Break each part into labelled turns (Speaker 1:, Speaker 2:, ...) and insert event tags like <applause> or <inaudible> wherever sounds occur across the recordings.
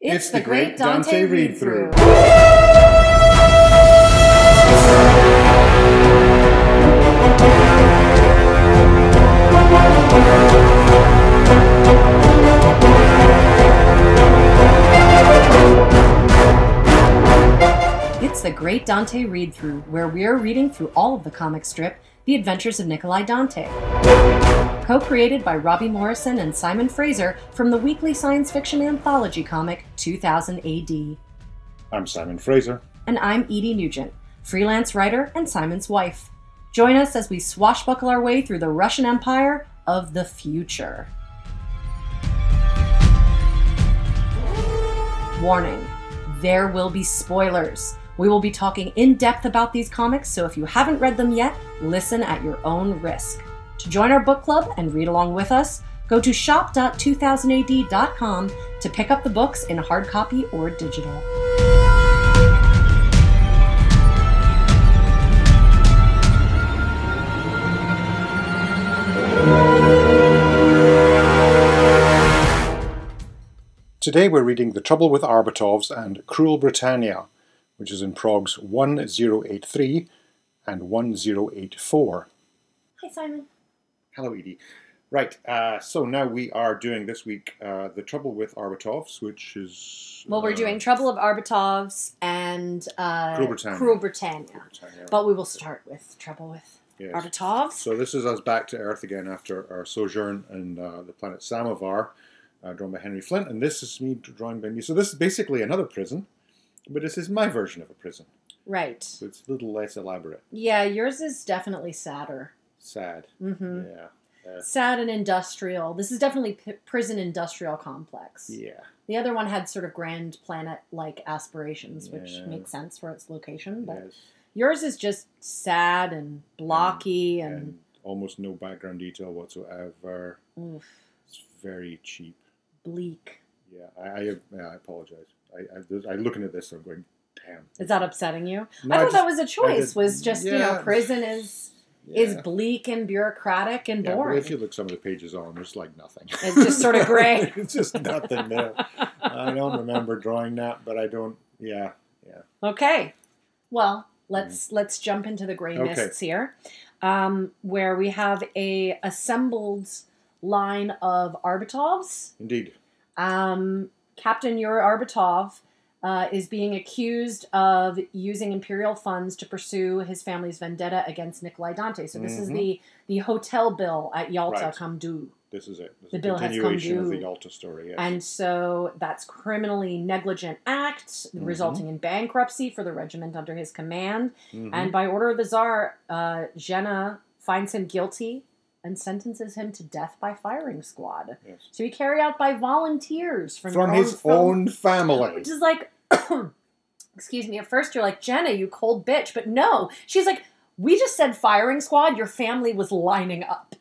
Speaker 1: It's, the, Great Dante, Read Through.
Speaker 2: It's the Great Dante Read Through, where we're reading through all of the comic strip, The Adventures of Nikolai Dante. Co created by Robbie Morrison and Simon Fraser from the weekly science fiction anthology comic 2000 AD.
Speaker 1: I'm Simon Fraser.
Speaker 2: And I'm Edie Nugent, freelance writer and Simon's wife. Join us as we swashbuckle our way through the Russian Empire of the future. Warning there will be spoilers. We will be talking in depth about these comics, so if you haven't read them yet, listen at your own risk. To join our book club and read along with us, go to shop.2000ad.com to pick up the books in hard copy or digital.
Speaker 1: Today we're reading The Trouble with Arbatovs and Cruel Britannia, which is in Progs 1083 and 1084.
Speaker 2: Hi, Simon.
Speaker 1: Hello, Edie. Right, uh, so now we are doing this week uh, The Trouble with Arbatovs, which is.
Speaker 3: Well, we're
Speaker 1: uh,
Speaker 3: doing Trouble of Arbatovs and uh,
Speaker 1: Cruel Britannia.
Speaker 3: Cruel Britannia.
Speaker 1: Britannia.
Speaker 3: But we will start with Trouble with
Speaker 1: Yes.
Speaker 3: Arbatovs.
Speaker 1: So this is us back to Earth again after our sojourn in uh, the planet Samovar, uh, drawn by Henry Flint, and this is me drawn by me. So this is basically another prison, but this is my version of a prison.
Speaker 3: Right.
Speaker 1: So it's a little less elaborate.
Speaker 3: Yeah, yours is definitely sadder.
Speaker 1: Sad.
Speaker 3: hmm
Speaker 1: Yeah.
Speaker 3: Sad and industrial. This is definitely p- prison industrial complex.
Speaker 1: Yeah.
Speaker 3: The other one had sort of grand planet like aspirations, which
Speaker 1: Yeah.
Speaker 3: makes sense for its location. But
Speaker 1: Yes.
Speaker 3: yours is just sad and blocky
Speaker 1: And almost no background detail whatsoever.
Speaker 3: and oof,
Speaker 1: It's very cheap.
Speaker 3: bleak.
Speaker 1: Yeah. I I, yeah, I apologize. I, I, there's- I'm looking at this. I'm going, damn.
Speaker 3: Is that upsetting you?
Speaker 1: No,
Speaker 3: I thought
Speaker 1: just-
Speaker 3: that was a choice.
Speaker 1: did-
Speaker 3: was just you know
Speaker 1: yeah.
Speaker 3: prison is is
Speaker 1: Yeah.
Speaker 3: bleak and bureaucratic and
Speaker 1: Yeah, but
Speaker 3: boring.
Speaker 1: if you look some of the pages on, there's like nothing.
Speaker 3: It's just sort of gray.
Speaker 1: <laughs> it's just nothing there. I don't remember drawing that, but I don't. Yeah.
Speaker 3: okay, well let's let's jump into the gray
Speaker 1: Mm. Okay.
Speaker 3: mists here, um, where we have a assembled line of Arbitovs.
Speaker 1: Indeed.
Speaker 3: Um, Captain Yuri Arbitov uh, is being accused of using imperial funds to pursue his family's vendetta against Nikolai Dante. So this is
Speaker 1: Mhm.
Speaker 3: the the hotel bill at Yalta
Speaker 1: Right.
Speaker 3: come due.
Speaker 1: This is it. This
Speaker 3: The
Speaker 1: is a
Speaker 3: bill has come
Speaker 1: continuation of the
Speaker 3: due.
Speaker 1: Yalta story. Yes.
Speaker 3: And so that's criminally negligent act,
Speaker 1: Mm-hmm.
Speaker 3: resulting in bankruptcy for the regiment under his command.
Speaker 1: Mhm.
Speaker 3: And by order of the Tsar, uh, Zhena finds him guilty and sentences him to death by firing squad.
Speaker 1: Yes.
Speaker 3: To be carried out by volunteers from,
Speaker 1: From
Speaker 3: your
Speaker 1: his own family.
Speaker 3: Which is like, <coughs> excuse me, at first you're like, Jenna, you cold bitch. But no, she's like, we just said firing squad, your family was lining up.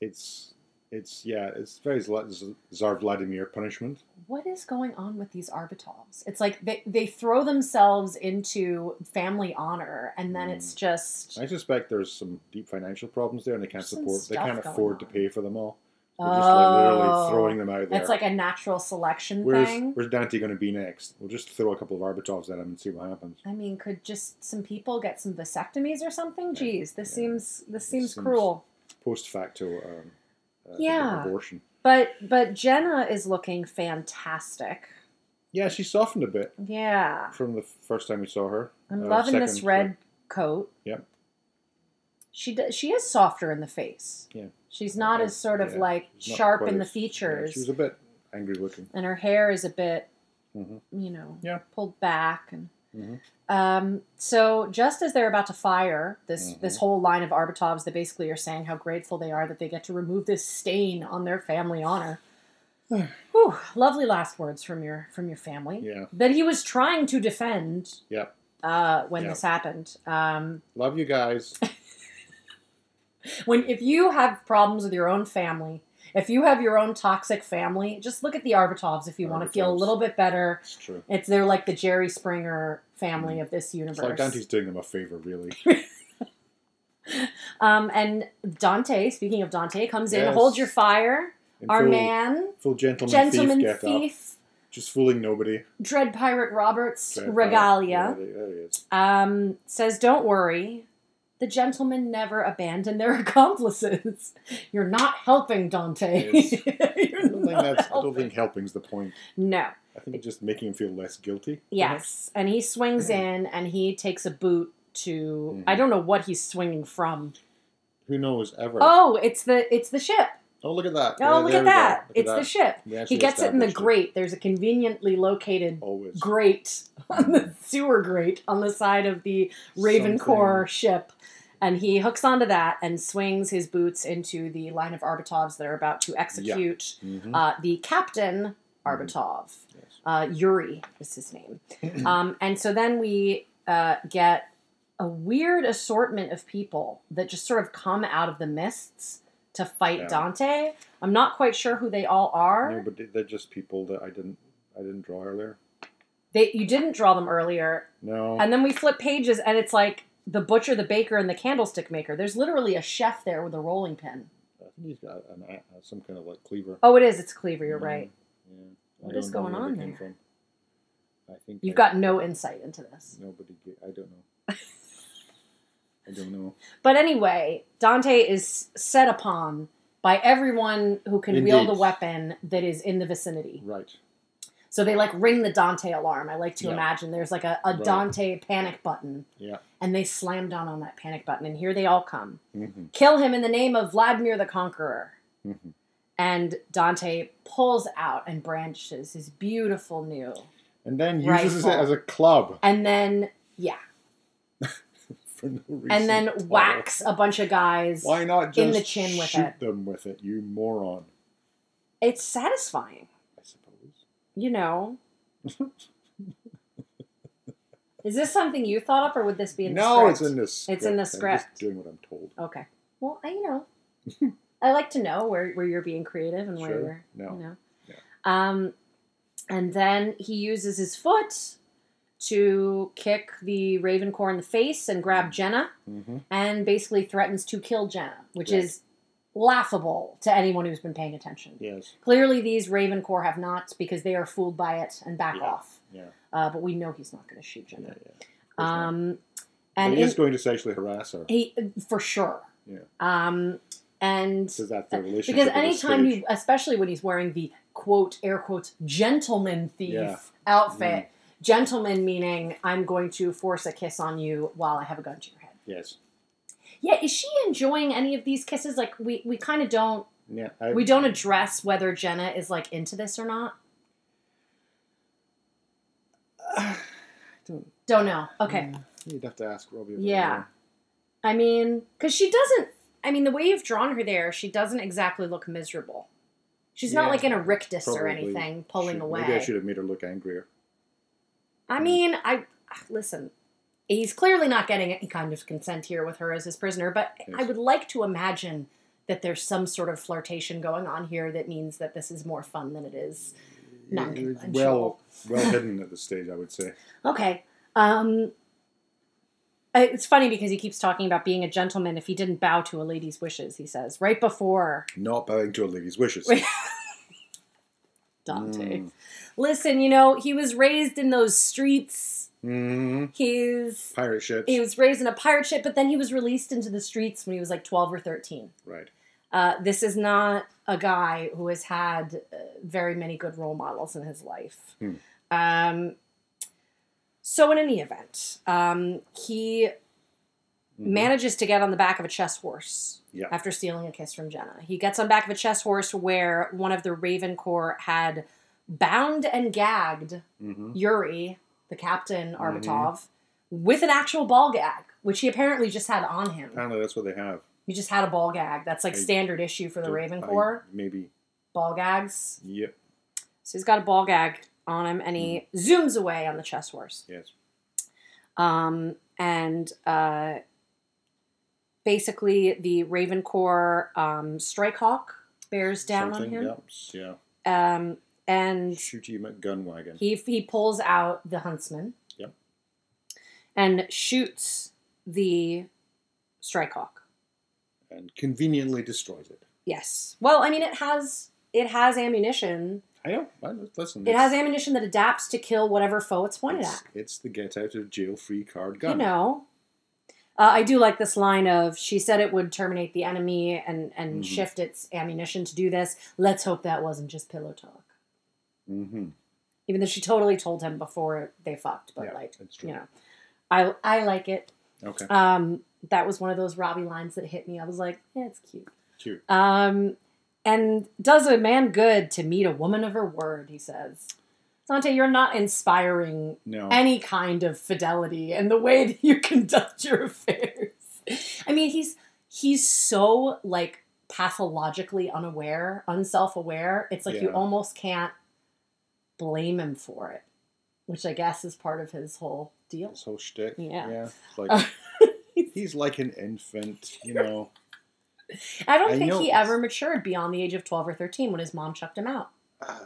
Speaker 1: It's it's yeah. It's very Zla- Z- Tsar Vladimir punishment.
Speaker 3: what is going on with these Arbitovs? It's like they, they throw themselves into family honor, and then
Speaker 1: Mm.
Speaker 3: it's just
Speaker 1: I suspect there's some deep financial problems there, and they can't
Speaker 3: There's some
Speaker 1: support. They
Speaker 3: stuff
Speaker 1: can't
Speaker 3: going
Speaker 1: afford to
Speaker 3: on.
Speaker 1: pay for them all. They're just like literally throwing them out there.
Speaker 3: oh. It's like a natural selection
Speaker 1: Where's,
Speaker 3: thing.
Speaker 1: where's Dante going to be next? We'll just throw a couple of Arbitovs at him and see what happens.
Speaker 3: I mean, could just some people get some vasectomies or something?
Speaker 1: Yeah.
Speaker 3: Geez, this
Speaker 1: Yeah.
Speaker 3: seems this seems,
Speaker 1: seems-
Speaker 3: cruel.
Speaker 1: Post facto um, uh,
Speaker 3: Yeah.
Speaker 1: abortion.
Speaker 3: But but Jenna is looking fantastic.
Speaker 1: Yeah, she softened a bit
Speaker 3: Yeah,
Speaker 1: from the first time we saw her.
Speaker 3: I'm
Speaker 1: Uh,
Speaker 3: loving this
Speaker 1: second-
Speaker 3: red coat.
Speaker 1: Yep.
Speaker 3: She does, she is softer in the face.
Speaker 1: Yeah.
Speaker 3: She's not
Speaker 1: Yeah,
Speaker 3: as sort of
Speaker 1: yeah.
Speaker 3: like
Speaker 1: She's not
Speaker 3: sharp
Speaker 1: quite
Speaker 3: in the
Speaker 1: as- yeah,
Speaker 3: features.
Speaker 1: she was a bit angry looking.
Speaker 3: and her hair is a bit,
Speaker 1: Mhm.
Speaker 3: you know,
Speaker 1: Yeah.
Speaker 3: pulled back. And
Speaker 1: Mhm.
Speaker 3: um, so, just as they're about to fire this this
Speaker 1: Mhm.
Speaker 3: whole line of Arbitovs, they basically are saying how grateful they are that they get to remove this stain on their family
Speaker 1: <sighs>
Speaker 3: honor. Whew, lovely last words from your from your family
Speaker 1: Yeah.
Speaker 3: that he was trying to defend
Speaker 1: Yeah.
Speaker 3: uh, when
Speaker 1: Yeah.
Speaker 3: this happened. Um,
Speaker 1: Love
Speaker 3: <laughs>
Speaker 1: you guys.
Speaker 3: when if you have problems with your own family. If you have your own toxic family, just look at the Arbitovs if you want to feel a
Speaker 1: Arbitovs.
Speaker 3: little bit better
Speaker 1: It's true.
Speaker 3: It's they're like the Jerry Springer family of this universe.
Speaker 1: It's like Dante's doing them a favor, really.
Speaker 3: Um, and Dante, speaking of Dante, comes in,
Speaker 1: Yes.
Speaker 3: hold your fire,
Speaker 1: In
Speaker 3: our
Speaker 1: full,
Speaker 3: man,
Speaker 1: Full gentleman,
Speaker 3: gentleman
Speaker 1: thief,
Speaker 3: thief,
Speaker 1: get up. Just fooling nobody.
Speaker 3: Dread Pirate Roberts'
Speaker 1: Trying to find-
Speaker 3: regalia
Speaker 1: Yeah, there he is.
Speaker 3: um, says, Don't worry. The gentlemen never abandon their <laughs> accomplices. You're not helping, Dante. <laughs>
Speaker 1: Yes.
Speaker 3: You're
Speaker 1: I don't think,
Speaker 3: not
Speaker 1: that's, I don't
Speaker 3: helping.
Speaker 1: think helping's the point.
Speaker 3: No.
Speaker 1: I think just making him feel less guilty.
Speaker 3: Yes. Mm-hmm. And he swings in and he takes a boot to.
Speaker 1: Mhm.
Speaker 3: I don't know what he's swinging from.
Speaker 1: Who knows ever?
Speaker 3: Oh, it's the it's the ship.
Speaker 1: Oh, look at that.
Speaker 3: Oh, look at that. it's the ship. He gets it Oh, in the grate. There's a conveniently located
Speaker 1: Always.
Speaker 3: grate <laughs> on the sewer grate on the side of the Ravencore ship. And he hooks onto that and swings his boots into the line of Arbatovs that are about to execute
Speaker 1: Mhm.
Speaker 3: uh, the captain Arbatov.
Speaker 1: Yes.
Speaker 3: Uh, Yuri is his
Speaker 1: <clears throat>
Speaker 3: name. um, and so then we uh, get a weird assortment of people that just sort of come out of the mists to fight
Speaker 1: Yeah.
Speaker 3: Dante. I'm not quite sure who they all are.
Speaker 1: No, but they're just people that I didn't I didn't draw earlier.
Speaker 3: They, you didn't draw them earlier.
Speaker 1: No.
Speaker 3: And then we flip pages, and it's like the butcher, the baker, and the candlestick maker. There's literally a chef there with a rolling pin.
Speaker 1: I think he's got an, a- uh, some kind of like cleaver.
Speaker 3: Oh, it is. It's Cleaver. You're
Speaker 1: Mm,
Speaker 3: right.
Speaker 1: Yeah.
Speaker 3: What
Speaker 1: I
Speaker 3: is
Speaker 1: don't know
Speaker 3: going
Speaker 1: where
Speaker 3: on
Speaker 1: they came
Speaker 3: there?
Speaker 1: from. I think
Speaker 3: You've
Speaker 1: I-
Speaker 3: got no insight into this.
Speaker 1: nobody. ga- I don't know.
Speaker 3: <laughs>
Speaker 1: I don't know.
Speaker 3: But anyway, Dante is set upon by everyone who can wield a
Speaker 1: Indeed.
Speaker 3: weapon that is in the vicinity.
Speaker 1: Right.
Speaker 3: So they like ring the Dante alarm. I like to
Speaker 1: Yeah.
Speaker 3: imagine there's like a, a
Speaker 1: Right.
Speaker 3: Dante panic button.
Speaker 1: Yeah.
Speaker 3: And they slam down on that panic button, and here they all come.
Speaker 1: Mm-hmm.
Speaker 3: Kill him in the name of Vladimir the Conqueror.
Speaker 1: Mm-hmm.
Speaker 3: And Dante pulls out and branches his beautiful new.
Speaker 1: And then uses it
Speaker 3: Rifle.
Speaker 1: as a club
Speaker 3: And then, yeah.
Speaker 1: for no reason.
Speaker 3: And then
Speaker 1: at all.
Speaker 3: whacks a bunch of guys.
Speaker 1: Why not just
Speaker 3: in the chin with
Speaker 1: shoot
Speaker 3: it.
Speaker 1: them with it, you moron?
Speaker 3: It's satisfying,
Speaker 1: I suppose.
Speaker 3: you know? Is this something you thought up, or would this be in the script?
Speaker 1: no, it's in the script.
Speaker 3: in the
Speaker 1: I'm
Speaker 3: script.
Speaker 1: just doing what I'm told.
Speaker 3: Okay. Well, I you know, <laughs> I like to know where, where you're being creative and where
Speaker 1: Sure.
Speaker 3: you're
Speaker 1: No.
Speaker 3: you know.
Speaker 1: Yeah.
Speaker 3: Um, and then he uses his foot to kick the Ravencore in the face and grab Jenna,
Speaker 1: Mm-hmm.
Speaker 3: and basically threatens to kill Jenna, which
Speaker 1: Right.
Speaker 3: is laughable to anyone who's been paying attention.
Speaker 1: Yes.
Speaker 3: Clearly, these Ravencore have not because they are fooled by it and back
Speaker 1: Yeah.
Speaker 3: off.
Speaker 1: Yeah.
Speaker 3: Uh, but we know he's not going to shoot
Speaker 1: Yeah. yeah.
Speaker 3: Jenna.
Speaker 1: Of course not.
Speaker 3: um,
Speaker 1: But
Speaker 3: and
Speaker 1: he
Speaker 3: in-
Speaker 1: is going to sexually harass her.
Speaker 3: he for sure.
Speaker 1: Yeah.
Speaker 3: Um, and
Speaker 1: Because that's the relationship.
Speaker 3: uh, because
Speaker 1: at this
Speaker 3: anytime
Speaker 1: stage.
Speaker 3: you, especially when he's wearing the quote air quotes gentleman thief
Speaker 1: Yeah. Mm-hmm.
Speaker 3: outfit, gentleman meaning I'm going to force a kiss on you while I have a gun to your head.
Speaker 1: Yes.
Speaker 3: Yeah, is she enjoying any of these kisses? Like we we kind of don't
Speaker 1: Yeah. I,
Speaker 3: we don't address whether Jenna is like into this or not.
Speaker 1: I don't.
Speaker 3: Don't know. Okay.
Speaker 1: Mm, You'd have to ask Robbie. about
Speaker 3: Yeah.
Speaker 1: that.
Speaker 3: I mean, because she doesn't. I mean, the way you've drawn her there, she doesn't exactly look miserable. She's
Speaker 1: Yeah,
Speaker 3: not like in a rictus or
Speaker 1: probably
Speaker 3: anything, pulling
Speaker 1: Should-
Speaker 3: away.
Speaker 1: Maybe I should have made her look angrier.
Speaker 3: I mean, I listen. He's clearly not getting any kind of consent here with her as his prisoner, but I
Speaker 1: Yes.
Speaker 3: would like to imagine that there's some sort of flirtation going on here that means that this is more fun than it is. Not
Speaker 1: It- it's
Speaker 3: consensual.
Speaker 1: well, well hidden at this stage, I would say.
Speaker 3: Okay. Um I- it's funny because he keeps talking about being a gentleman if he didn't bow to a lady's wishes, he says, right before
Speaker 1: Not bowing to a
Speaker 3: <laughs>
Speaker 1: lady's wishes.
Speaker 3: Wait. Dante.
Speaker 1: Mm.
Speaker 3: Listen, you know, he was raised in those streets.
Speaker 1: Mhm.
Speaker 3: He's
Speaker 1: Pirate ships.
Speaker 3: he was raised in a pirate ship, but then he was released into the streets when he was like 12 or 13.
Speaker 1: Right.
Speaker 3: Uh, this is not a guy who has had uh, very many good role models in his life.
Speaker 1: Hmm.
Speaker 3: Um, so, in any event, um, he
Speaker 1: Mhm.
Speaker 3: manages to get on the back of a chess horse
Speaker 1: Yeah.
Speaker 3: after stealing a kiss from Jenna. He gets on back of a chess horse where one of the Raven Corps had bound and gagged
Speaker 1: Mhm.
Speaker 3: Yuri, the
Speaker 1: Mm-hmm.
Speaker 3: captain Arbatov, with an actual ball gag, which he apparently just had on him.
Speaker 1: Apparently, that's what they have.
Speaker 3: He just had a ball gag. That's like
Speaker 1: Uh, I-
Speaker 3: standard issue for the
Speaker 1: Don't-
Speaker 3: Raven
Speaker 1: I-
Speaker 3: Corps.
Speaker 1: Maybe.
Speaker 3: Ball gags.
Speaker 1: Yep.
Speaker 3: So he's got a ball gag on him and he
Speaker 1: Mm.
Speaker 3: zooms away on the chess horse.
Speaker 1: Yes.
Speaker 3: Um, and uh, basically, the Raven Corps um, Strike Hawk bears down
Speaker 1: Something.
Speaker 3: on him.
Speaker 1: Yep. Yeah.
Speaker 3: Um, and
Speaker 1: Shooty McGunwagon.
Speaker 3: He he pulls out the huntsman.
Speaker 1: Yep.
Speaker 3: And shoots the strikehawk.
Speaker 1: and conveniently destroys it.
Speaker 3: Yes. Well, I mean it has it has ammunition
Speaker 1: I don't. I, oh, listen,
Speaker 3: It
Speaker 1: it's-
Speaker 3: has ammunition that adapts to kill whatever foe it's pointed
Speaker 1: it's,
Speaker 3: at.
Speaker 1: it's the get out of jail free card gun.
Speaker 3: You know. Uh, I do like this line of she said it would terminate the enemy and, and
Speaker 1: Mhm.
Speaker 3: shift its ammunition to do this. Let's hope that wasn't just pillow talk.
Speaker 1: Mm-hmm.
Speaker 3: Even though she totally told him before they fucked, but
Speaker 1: Yeah,
Speaker 3: like
Speaker 1: that's true.
Speaker 3: you know. I I like it.
Speaker 1: Okay.
Speaker 3: Um, that was one of those Robbie lines that hit me. I was like, yeah, it's cute.
Speaker 1: Cute.
Speaker 3: Um, and does a man good to meet a woman of her word, he says. Dante, you're not inspiring
Speaker 1: No.
Speaker 3: any kind of fidelity in the way that you <laughs> conduct your affairs. I mean, he's he's so like pathologically unaware, unself-aware. It's like you
Speaker 1: Yeah.
Speaker 3: almost can't blame him for it, which I guess is part of his whole deal.
Speaker 1: His whole shtick.
Speaker 3: Yeah. <laughs>
Speaker 1: It's Like he's like an infant,
Speaker 3: <laughs>
Speaker 1: you know.
Speaker 3: I don't
Speaker 1: I
Speaker 3: think
Speaker 1: know
Speaker 3: he
Speaker 1: it's-
Speaker 3: ever matured beyond the age of 12 or 13 when his mom chucked him out.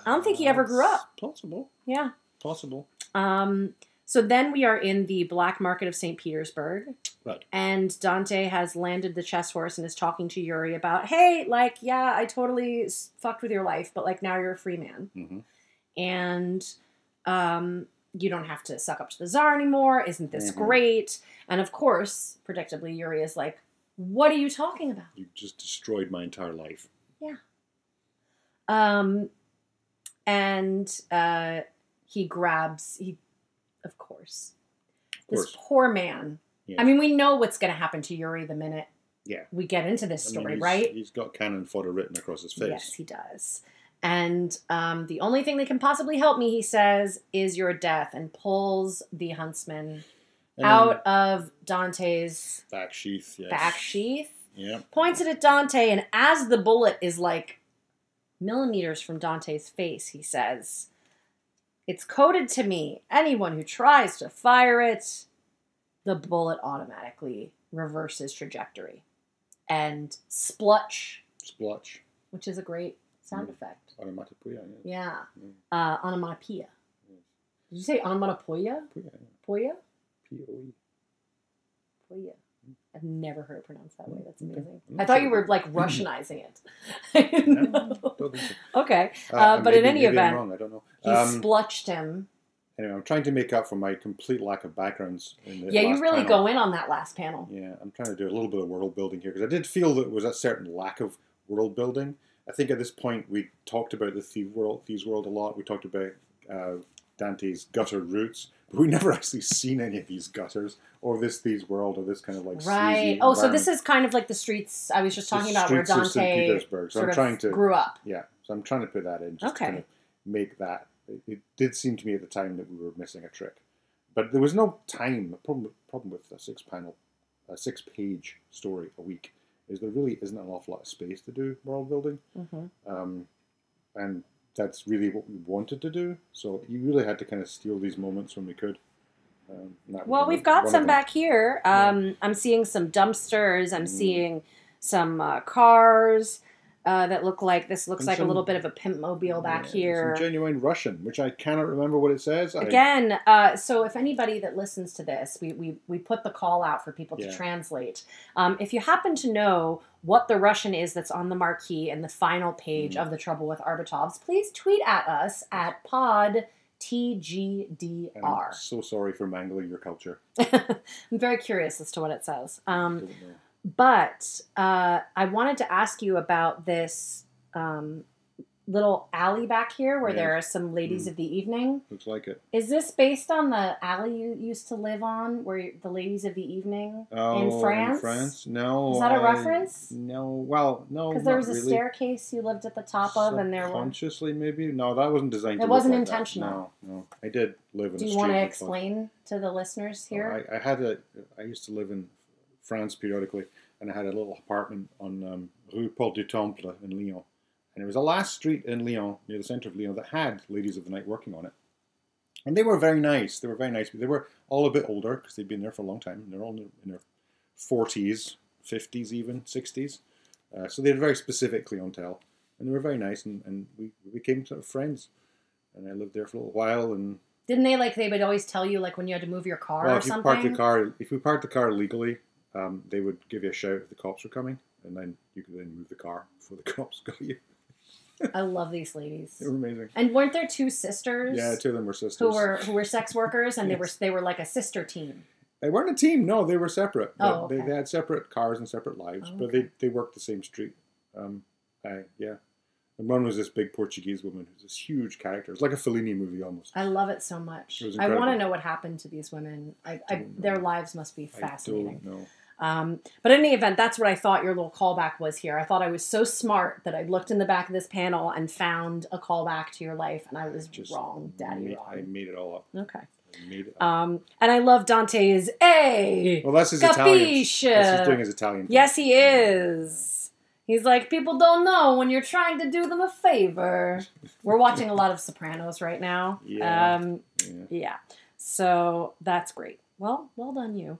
Speaker 3: don't think he ever grew
Speaker 1: Uh, it's
Speaker 3: up.
Speaker 1: Possible.
Speaker 3: Yeah.
Speaker 1: Possible.
Speaker 3: Um, so then we are in the black market of St. Petersburg.
Speaker 1: Right.
Speaker 3: And Dante has landed the chess horse and is talking to Yuri about, hey, like, yeah, I totally s- fucked with your life, but like now you're a free man.
Speaker 1: Mm-hmm.
Speaker 3: And um, you don't have to suck up to the czar anymore. Isn't this
Speaker 1: Mhm.
Speaker 3: great? And of course, predictably, Yuri is like, what are you talking about?
Speaker 1: You just destroyed my entire life.
Speaker 3: Um, and uh, he grabs he, of course,
Speaker 1: Of
Speaker 3: this
Speaker 1: course.
Speaker 3: poor man.
Speaker 1: Yeah.
Speaker 3: I mean, we know what's going to happen to Yuri the minute
Speaker 1: Yeah.
Speaker 3: we get into this
Speaker 1: I mean,
Speaker 3: story,
Speaker 1: he's-
Speaker 3: right?
Speaker 1: He's got cannon fodder written across his face.
Speaker 3: Yes, he does. And um, the only thing that can possibly help me, he says, is your death, and pulls the huntsman
Speaker 1: And
Speaker 3: out of Dante's
Speaker 1: Back sheath. Yes.
Speaker 3: back sheath,
Speaker 1: Yeah.
Speaker 3: points it at Dante, and as the bullet is like millimeters from Dante's face, he says, It's coded to me. Anyone who tries to fire it, the bullet automatically reverses trajectory. And splutch,
Speaker 1: Splotch.
Speaker 3: which is a great sound
Speaker 1: Mm.
Speaker 3: effect.
Speaker 1: Onomatopoeia. Yeah.
Speaker 3: Yeah.
Speaker 1: Mm.
Speaker 3: Uh, onomatopoeia. Did you say onomatopoeia?
Speaker 1: Poeia, yeah. E.
Speaker 3: Poia?
Speaker 1: P-O-E.
Speaker 3: Poia.
Speaker 1: Mm.
Speaker 3: I've never heard it pronounced that way. That's
Speaker 1: Okay.
Speaker 3: amazing.
Speaker 1: I'm
Speaker 3: I
Speaker 1: not
Speaker 3: thought
Speaker 1: sure.
Speaker 3: you were like Russianizing it. <laughs> I didn't
Speaker 1: Mm. No,
Speaker 3: know.
Speaker 1: Don't think so.
Speaker 3: Okay.
Speaker 1: Uh,
Speaker 3: Uh,
Speaker 1: I
Speaker 3: but in
Speaker 1: may be-
Speaker 3: any
Speaker 1: maybe I'm
Speaker 3: event,
Speaker 1: wrong, I don't know.
Speaker 3: He
Speaker 1: Um,
Speaker 3: splutched him.
Speaker 1: anyway, I'm trying to make up for my complete lack of backgrounds. In the
Speaker 3: Yeah, you
Speaker 1: last
Speaker 3: really
Speaker 1: panel.
Speaker 3: go in on that last panel.
Speaker 1: Yeah, I'm trying to do a little bit of world building here because I did feel that there was a certain lack of world building. I think at this point we talked about the thieves world, thieves world a lot. We talked about uh, Dante's gutter roots, but we <laughs> never actually seen any of these gutters or this thieves world or this kind of like
Speaker 3: right.
Speaker 1: sleazy
Speaker 3: Oh, so this
Speaker 1: environment.
Speaker 3: is kind of like the streets I was just
Speaker 1: The
Speaker 3: talking about where
Speaker 1: streets of St.
Speaker 3: Dante
Speaker 1: Petersburg. So
Speaker 3: sort
Speaker 1: I'm
Speaker 3: of
Speaker 1: trying to
Speaker 3: grew up.
Speaker 1: yeah, so I'm trying to put that in just
Speaker 3: Okay.
Speaker 1: to kind of make that. It, it did seem to me at the time that we were missing a trick, but there was no time. The problem, with- problem with a six panel, a six page story a week is there really isn't an awful lot of space to do world building, um, and that's really what we wanted to do. So you really had to kind of steal these moments when we could. Um, and that was
Speaker 3: Well,
Speaker 1: one
Speaker 3: we've
Speaker 1: of-
Speaker 3: got
Speaker 1: one of
Speaker 3: some
Speaker 1: them.
Speaker 3: back here. Um, I'm seeing some dumpsters.
Speaker 1: Mm.
Speaker 3: I'm seeing some uh, cars uh, that look like this looks
Speaker 1: And
Speaker 3: like a
Speaker 1: some-
Speaker 3: little bit of a pimp mobile back
Speaker 1: Yeah,
Speaker 3: here.
Speaker 1: Some genuine Russian, which I cannot remember what it says. I-
Speaker 3: Again, uh, so if anybody that listens to this, we, we, we put the call out for people
Speaker 1: Yeah.
Speaker 3: to translate. Um, if you happen to know what the Russian is that's on the marquee and the final page
Speaker 1: Mm.
Speaker 3: of The Trouble with Arbitovs, please tweet at us at pod TGDR.
Speaker 1: I'm so sorry for mangling your culture.
Speaker 3: <laughs> I'm very curious as to what it says. Um,
Speaker 1: Don't know.
Speaker 3: but uh, I wanted to ask you about this um, little alley back here where
Speaker 1: Yes.
Speaker 3: there are some ladies
Speaker 1: Mm.
Speaker 3: of the evening.
Speaker 1: Looks like it.
Speaker 3: Is this based on the alley you used to live on, where the ladies of the evening?
Speaker 1: Oh,
Speaker 3: France?
Speaker 1: France? No.
Speaker 3: Is that a
Speaker 1: I-
Speaker 3: reference?
Speaker 1: No. Well, no.
Speaker 3: Because there was
Speaker 1: not
Speaker 3: a
Speaker 1: really.
Speaker 3: staircase you lived at the top of, and there were.
Speaker 1: Consciously, maybe. No, that wasn't designed.
Speaker 3: It
Speaker 1: to look
Speaker 3: wasn't
Speaker 1: like that.
Speaker 3: intentional.
Speaker 1: No, no. I did live in.
Speaker 3: Do
Speaker 1: a
Speaker 3: you
Speaker 1: street
Speaker 3: want to
Speaker 1: with-
Speaker 3: explain to the listeners
Speaker 1: Oh,
Speaker 3: here?
Speaker 1: I, I had a. I used to live in France periodically, and I had a little apartment on um, Rue Porte du Temple in Lyon, and it was the last street in Lyon, near the centre of Lyon, that had Ladies of the Night working on it. And they were very nice. They were very nice. But they were all a bit older because they'd been there for a long time. They're all in their- in their 40s, 50s, even 60s. Uh, so they had a very specific clientele, and they were very nice. And, and we, we became sort of friends. And I lived there for a little while. And
Speaker 3: Didn't they like they would always tell you like when you had to move your car
Speaker 1: well,
Speaker 3: or
Speaker 1: if you
Speaker 3: something?
Speaker 1: parked your car, if we parked the car legally, um, they <laughs> would give you a shout if the cops were coming, and then you could then move the car before the cops got you.
Speaker 3: I love these ladies.
Speaker 1: They were amazing.
Speaker 3: And weren't there two sisters?
Speaker 1: Yeah, two of them were sisters.
Speaker 3: who were who were sex workers and they were
Speaker 1: Yes.
Speaker 3: they were like a sister team.
Speaker 1: They weren't a team. No, they were separate. They-
Speaker 3: Oh,
Speaker 1: they,
Speaker 3: okay.
Speaker 1: they had separate cars and separate lives,
Speaker 3: Oh,
Speaker 1: but
Speaker 3: okay.
Speaker 1: they, they worked the same street. Um, I, yeah. And one was this big Portuguese woman who's this huge character. It's like a Fellini movie almost.
Speaker 3: I love it so much.
Speaker 1: It was
Speaker 3: I want to
Speaker 1: incredible.
Speaker 3: know what happened to these women. I, I,
Speaker 1: don't know.
Speaker 3: their lives must be
Speaker 1: I
Speaker 3: fascinating.
Speaker 1: don't know.
Speaker 3: Um, but in any event, that's what I thought your little callback was here. I thought I was so smart that I looked in the back of this panel and found a callback to your life, and I was
Speaker 1: Just
Speaker 3: wrong,
Speaker 1: ma-
Speaker 3: daddy
Speaker 1: I
Speaker 3: wrong.
Speaker 1: made it all up.
Speaker 3: Okay.
Speaker 1: I made it up.
Speaker 3: Um, and I love Dante's A.
Speaker 1: well, that's his Italian.
Speaker 3: capisce.
Speaker 1: That's he's doing his Italian. thing.
Speaker 3: Yes, he is. He's like, people don't know when you're trying to do them a favor. We're watching a lot of Sopranos right now.
Speaker 1: <laughs> Yeah.
Speaker 3: Um,
Speaker 1: Yeah.
Speaker 3: yeah. So that's great. Well, well done, you.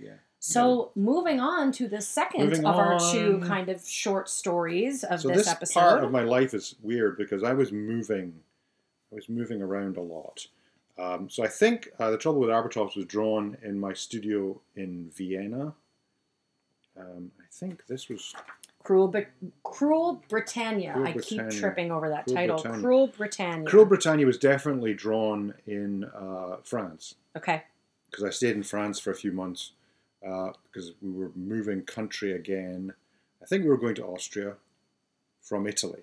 Speaker 1: yeah.
Speaker 3: So moving on to the second
Speaker 1: Moving
Speaker 3: of our two
Speaker 1: on.
Speaker 3: kind of short stories of
Speaker 1: so
Speaker 3: this,
Speaker 1: this,
Speaker 3: episode.
Speaker 1: part of my life is weird because I was moving, I was moving around a lot. Um, so I think uh, the trouble with Albatross was drawn in my studio in Vienna. Um, I think this was
Speaker 3: Cruel, Bri- Cruel Britannia.
Speaker 1: Cruel
Speaker 3: I keep
Speaker 1: Britannia.
Speaker 3: tripping over that
Speaker 1: Cruel
Speaker 3: title.
Speaker 1: Britannia.
Speaker 3: Cruel Britannia.
Speaker 1: Cruel Britannia was definitely drawn in uh, France
Speaker 3: okay.
Speaker 1: because I stayed in France for a few months uh, because we were moving country again. I think we were going to Austria from Italy.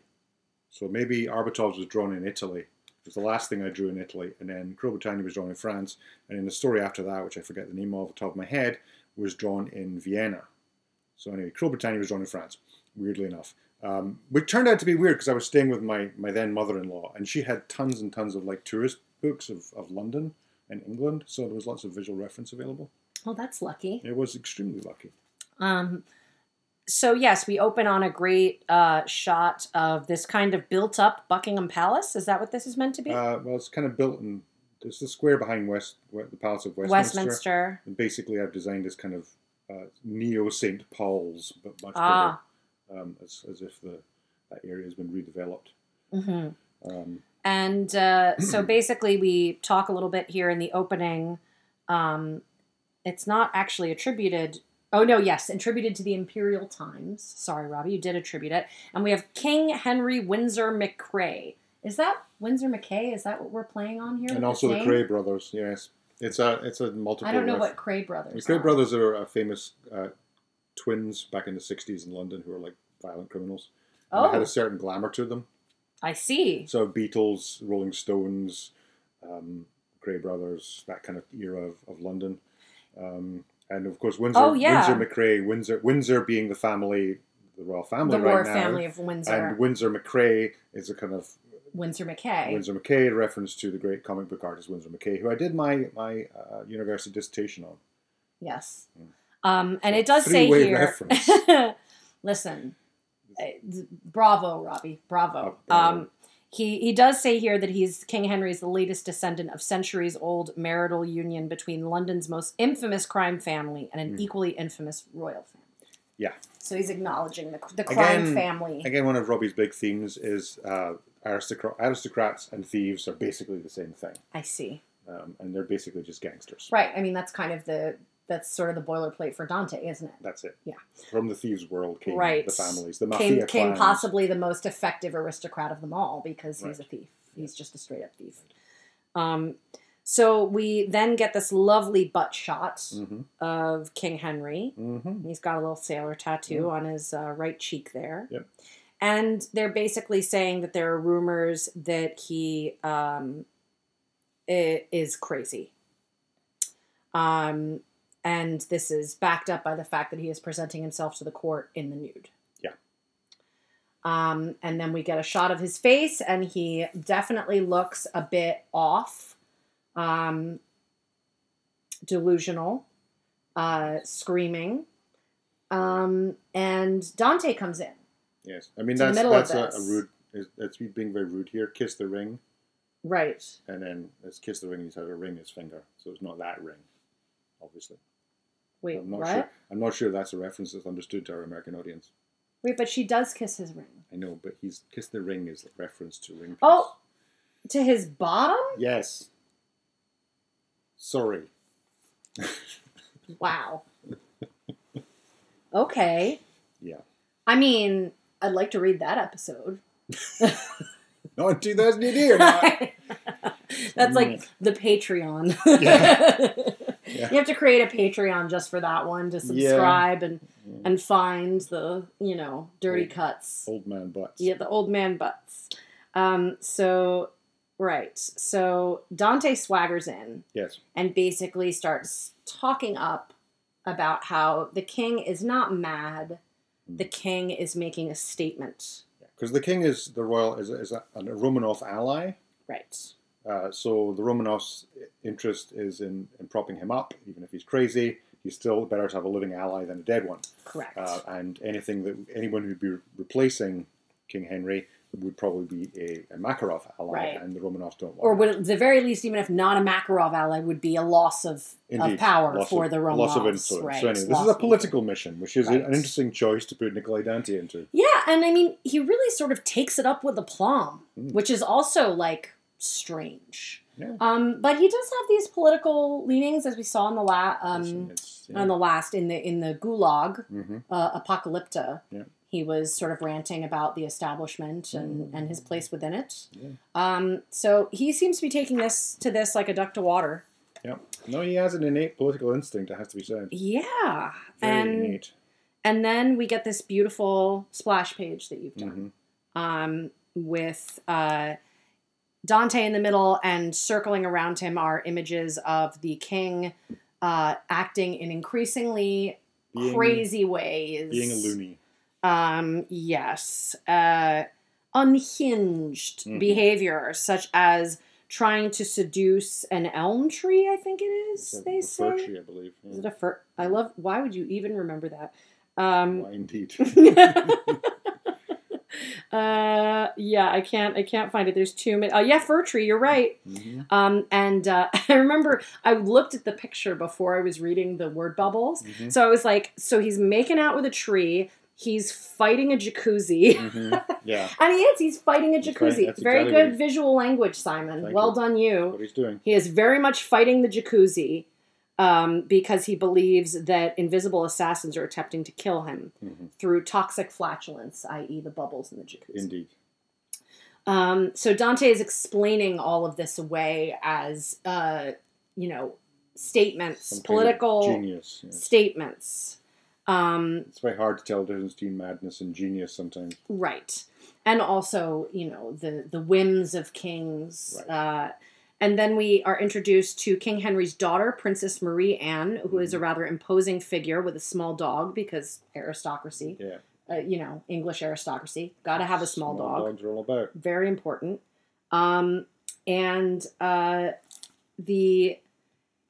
Speaker 1: So maybe Arbatovs was drawn in Italy. It was the last thing I drew in Italy. And then Crow Britannia was drawn in France. And then the story after that, which I forget the name of off the top of my head, was drawn in Vienna. So anyway, Crow Britannia was drawn in France, weirdly enough. Um, which turned out to be weird because I was staying with my, my then mother-in-law and she had tons and tons of like tourist books of, of London and England. So there was lots of visual reference available.
Speaker 3: Well, that's lucky.
Speaker 1: It was extremely lucky.
Speaker 3: Um, so yes, we open on a great uh, shot of this kind of built-up Buckingham Palace. Is that what this is meant to be?
Speaker 1: Uh, well, it's kind of built in, there's the square behind West, the Palace of
Speaker 3: Westminster.
Speaker 1: And basically, I've designed this kind of uh, neo St. Paul's, but much
Speaker 3: Ah.
Speaker 1: bigger, um, as, as if the that area has been redeveloped.
Speaker 3: hmm
Speaker 1: Um,
Speaker 3: And uh, so
Speaker 1: Hmm.
Speaker 3: basically, we talk a little bit here in the opening. Um, it's not actually attributed. Oh no, yes, attributed to the Imperial Times. Sorry, Robbie, you did attribute it. And we have King Henry Windsor McCrae. Is that Windsor McKay? Is that what we're playing on here? with
Speaker 1: and
Speaker 3: this
Speaker 1: also the
Speaker 3: name?
Speaker 1: Cray brothers. Yes, it's a it's a multiple.
Speaker 3: I don't know
Speaker 1: ref-
Speaker 3: what Cray brothers.
Speaker 1: the Cray
Speaker 3: are.
Speaker 1: brothers are uh, famous uh, twins back in the '60s in London who were like violent criminals. And They had
Speaker 3: Oh.
Speaker 1: a certain glamour to them.
Speaker 3: I see.
Speaker 1: So Beatles, Rolling Stones, um, Grey Brothers, that kind of era of, of London, um, and of course Windsor,
Speaker 3: Oh, yeah.
Speaker 1: Windsor McRae, Windsor, Windsor being the family, the royal family
Speaker 3: the
Speaker 1: right
Speaker 3: War
Speaker 1: now,
Speaker 3: family of Windsor,
Speaker 1: and Windsor McRae is a kind of
Speaker 3: Windsor McKay.
Speaker 1: Windsor McKay reference to the great comic book artist Windsor McKay, who I did my my uh, university dissertation on.
Speaker 3: Yes.
Speaker 1: Mm.
Speaker 3: Um, and
Speaker 1: So
Speaker 3: it does say
Speaker 1: three-way
Speaker 3: here. <laughs>
Speaker 1: reference.
Speaker 3: listen, uh, th- bravo, Robbie, bravo.
Speaker 1: Oh, bravo.
Speaker 3: Um, he he does say here that he's King Henry's the latest descendant of centuries-old marital union between London's most infamous crime family and an
Speaker 1: Mm.
Speaker 3: equally infamous royal family.
Speaker 1: Yeah.
Speaker 3: So he's acknowledging the the crime
Speaker 1: Again,
Speaker 3: family.
Speaker 1: Again, one of Robbie's big themes is uh, aristocrat, aristocrats and thieves are basically the same thing,
Speaker 3: I see.
Speaker 1: um, and they're basically just gangsters.
Speaker 3: Right. I mean, that's kind of the that's sort of the boilerplate for Dante, isn't it?
Speaker 1: That's it.
Speaker 3: Yeah.
Speaker 1: From the thieves' world came
Speaker 3: Right.
Speaker 1: the families, the
Speaker 3: Came,
Speaker 1: mafia
Speaker 3: came
Speaker 1: clans.
Speaker 3: possibly the most effective aristocrat of them all because he's
Speaker 1: Right.
Speaker 3: a thief. He's just a straight up thief. Um, so we then get this lovely butt shot
Speaker 1: Mhm,
Speaker 3: of King Henry.
Speaker 1: mhm.
Speaker 3: He's got a little sailor tattoo on his uh, right cheek there.
Speaker 1: Mm-hmm. Yep.
Speaker 3: And they're basically saying that there are rumors that he um, i- is crazy. Um, and this is backed up by the fact that he is presenting himself to the court in the nude.
Speaker 1: Yeah.
Speaker 3: Um, and then we get a shot of his face, and he definitely looks a bit off, um, delusional, uh, screaming. Um, and Dante comes in.
Speaker 1: Yes. I mean,
Speaker 3: To the
Speaker 1: that's,
Speaker 3: middle of
Speaker 1: that's a, a
Speaker 3: this.
Speaker 1: rude, is- that's me being very rude here. Kiss the ring,
Speaker 3: Right.
Speaker 1: and then it's kiss the ring, he's had a ring in his finger. So it's not that ring, obviously.
Speaker 3: Wait,
Speaker 1: I'm not
Speaker 3: what?
Speaker 1: sure. I'm not sure that's a reference that's understood to our American audience.
Speaker 3: Wait, but she does kiss his ring.
Speaker 1: I know, but he's kiss the ring is a reference to ring.
Speaker 3: Oh, to his bottom?
Speaker 1: piece. Yes. Sorry. <laughs>
Speaker 3: Wow. Okay.
Speaker 1: Yeah.
Speaker 3: I mean, I'd like to read that episode.
Speaker 1: Not in 2008
Speaker 3: <laughs>
Speaker 1: or not.
Speaker 3: That's like the Patreon.
Speaker 1: <laughs>
Speaker 3: <laughs>
Speaker 1: Yeah. Yeah.
Speaker 3: You have to create a Patreon just for that one to subscribe and and find the you know dirty
Speaker 1: Old-
Speaker 3: cuts.
Speaker 1: Old man butts.
Speaker 3: Yeah, the old man butts. Um, so right, so Dante swaggers in
Speaker 1: Yes.
Speaker 3: and basically starts talking up about how the king is not mad. The king is making a statement.
Speaker 1: Because the king is the royal is, is a, a Romanov ally.
Speaker 3: Right.
Speaker 1: Uh, so the Romanovs' interest is in, in propping him up, even if he's crazy. He's still better to have a living ally than a dead one.
Speaker 3: Correct.
Speaker 1: Uh, and anything that anyone who'd be replacing King Henry would probably be a, a Makarov ally,
Speaker 3: Right.
Speaker 1: and the Romanovs don't want.
Speaker 3: or
Speaker 1: that.
Speaker 3: would at the very least, even if not a Makarov ally, would be a loss of, of
Speaker 1: Indeed,
Speaker 3: power
Speaker 1: loss
Speaker 3: for
Speaker 1: of-
Speaker 3: the Romanovs.
Speaker 1: loss of influence.
Speaker 3: Right.
Speaker 1: So anyway, this
Speaker 3: loss
Speaker 1: is a
Speaker 3: of
Speaker 1: political mission, which is
Speaker 3: Right.
Speaker 1: an interesting choice to put Nikolai Dante into.
Speaker 3: Yeah, and I mean, he really sort of takes it up with aplomb,
Speaker 1: Mm.
Speaker 3: which is also like strange.
Speaker 1: Yeah.
Speaker 3: Um, but he does have these political leanings, as we saw in the la- um, on the last in the in the Gulag
Speaker 1: hmm
Speaker 3: uh, Apocalypta.
Speaker 1: Yeah.
Speaker 3: He was sort of ranting about the establishment and,
Speaker 1: Mm.
Speaker 3: and his place within it.
Speaker 1: Yeah.
Speaker 3: Um, so he seems to be taking this to this like a duck to water.
Speaker 1: No, he has an innate political instinct. That has to be said.
Speaker 3: Yeah.
Speaker 1: Very
Speaker 3: and
Speaker 1: innate.
Speaker 3: and then we get this beautiful splash page that you've done.
Speaker 1: Mhm.
Speaker 3: um, with uh, Dante in the middle, and circling around him are images of the king uh, acting in increasingly
Speaker 1: Being-
Speaker 3: crazy ways.
Speaker 1: Being a loony.
Speaker 3: Um, yes. Uh, unhinged
Speaker 1: Mhm.
Speaker 3: behavior, such as trying to seduce an elm tree, I think it is,
Speaker 1: It's a-
Speaker 3: they
Speaker 1: a
Speaker 3: say.
Speaker 1: virtue, I believe.
Speaker 3: Is
Speaker 1: Yeah.
Speaker 3: it a fir? I love, why would you even remember that? Um, <laughs>
Speaker 1: Why, indeed.
Speaker 3: uh yeah i can't i can't find it there's too many oh yeah fir tree you're right
Speaker 1: Mhm.
Speaker 3: um and uh <laughs> i remember i looked at the picture before i was reading the word bubbles
Speaker 1: Mhm.
Speaker 3: so i was like so he's making out with a tree he's fighting a jacuzzi <laughs>
Speaker 1: Mhm. Yeah,
Speaker 3: and he is he's fighting a
Speaker 1: He's fighting-
Speaker 3: jacuzzi
Speaker 1: that's
Speaker 3: very
Speaker 1: exactly
Speaker 3: good
Speaker 1: what he-
Speaker 3: visual language simon
Speaker 1: Thank
Speaker 3: well
Speaker 1: you.
Speaker 3: done you
Speaker 1: what he's doing.
Speaker 3: he is very much fighting the jacuzzi um, because he believes that invisible assassins are attempting to kill him
Speaker 1: Mhm.
Speaker 3: through toxic flatulence, i.e., the bubbles in the jacuzzi.
Speaker 1: Indeed.
Speaker 3: Um, so Dante is explaining all of this away as, uh, you know, statements,
Speaker 1: Some kind of
Speaker 3: political
Speaker 1: genius. yeah.
Speaker 3: statements. Um,
Speaker 1: It's very hard to tell the difference between madness and genius sometimes.
Speaker 3: Right. And also, you know, the the whims of kings. Uh, and then we are introduced to King Henry's daughter, Princess Marie Anne, who
Speaker 1: Mm-hmm.
Speaker 3: is a rather imposing figure with a small dog because aristocracy,
Speaker 1: Yeah.
Speaker 3: uh, you know, English aristocracy, got to have a small, dog.
Speaker 1: Dogs are all about.
Speaker 3: Very important. Um, and uh, the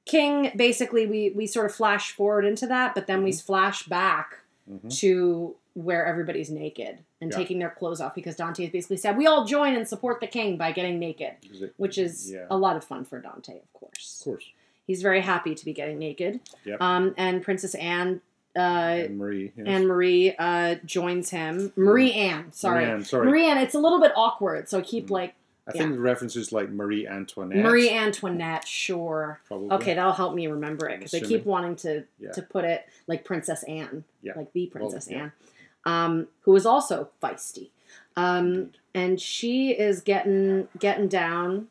Speaker 3: king, basically, we, we sort of flash forward into that, but then we
Speaker 1: Mm-hmm.
Speaker 3: flash back
Speaker 1: Mhm.
Speaker 3: to where everybody's naked and
Speaker 1: Yeah.
Speaker 3: taking their clothes off because Dante has basically said, We all join and support the king by getting naked,
Speaker 1: Is it-
Speaker 3: which is
Speaker 1: Yeah.
Speaker 3: a lot of fun for Dante, of
Speaker 1: Of
Speaker 3: course.
Speaker 1: course.
Speaker 3: He's very happy to be getting naked.
Speaker 1: Yep.
Speaker 3: Um, and Princess Anne, uh,
Speaker 1: and Marie. yes.
Speaker 3: Anne Marie, uh, joins him. Marie Anne, sorry.
Speaker 1: Marie Anne, sorry.
Speaker 3: Marie Anne, it's a little bit awkward, so I keep
Speaker 1: Mm.
Speaker 3: like
Speaker 1: I think the reference is like Marie Antoinette.
Speaker 3: Marie Antoinette, sure.
Speaker 1: Probably.
Speaker 3: Okay, that'll help me remember it because I keep
Speaker 1: Assuming.
Speaker 3: wanting to
Speaker 1: Yeah.
Speaker 3: to put it like Princess Anne,
Speaker 1: Yeah.
Speaker 3: like the Princess
Speaker 1: yeah.
Speaker 3: Anne, um, who was also feisty, um,
Speaker 1: Indeed.
Speaker 3: and she is getting getting down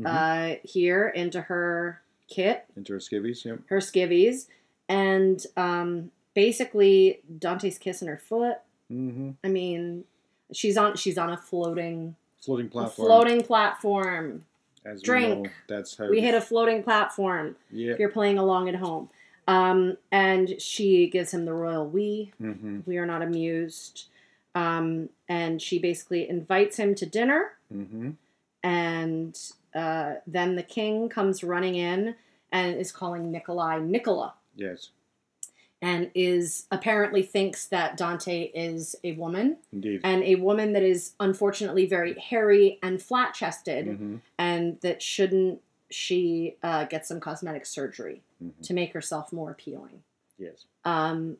Speaker 1: Mhm.
Speaker 3: uh, here into her kit,
Speaker 1: Into her skivvies. Mm-hmm. Yep.
Speaker 3: her skivvies, and um, basically Dante's kissing her foot.
Speaker 1: Mm-hmm.
Speaker 3: I mean, she's on she's on a floating
Speaker 1: Floating
Speaker 3: a
Speaker 1: platform.
Speaker 3: floating platform.
Speaker 1: As
Speaker 3: drink.
Speaker 1: We know, that's how
Speaker 3: We hit a floating platform.
Speaker 1: Yeah.
Speaker 3: if you're playing along at home. Um, and she gives him the royal we.
Speaker 1: Mm-hmm.
Speaker 3: We are not amused. Um, and she basically invites him to dinner.
Speaker 1: Mm-hmm.
Speaker 3: And uh, then the king comes running in and is calling Nikolai Nicola
Speaker 1: Yes.
Speaker 3: and is apparently thinks that Dante is a woman
Speaker 1: Indeed.
Speaker 3: and a woman that is unfortunately very hairy and flat chested
Speaker 1: Mm-hmm.
Speaker 3: and that shouldn't she uh, get some cosmetic surgery
Speaker 1: Mm-hmm.
Speaker 3: to make herself more appealing.
Speaker 1: Yes.
Speaker 3: Um,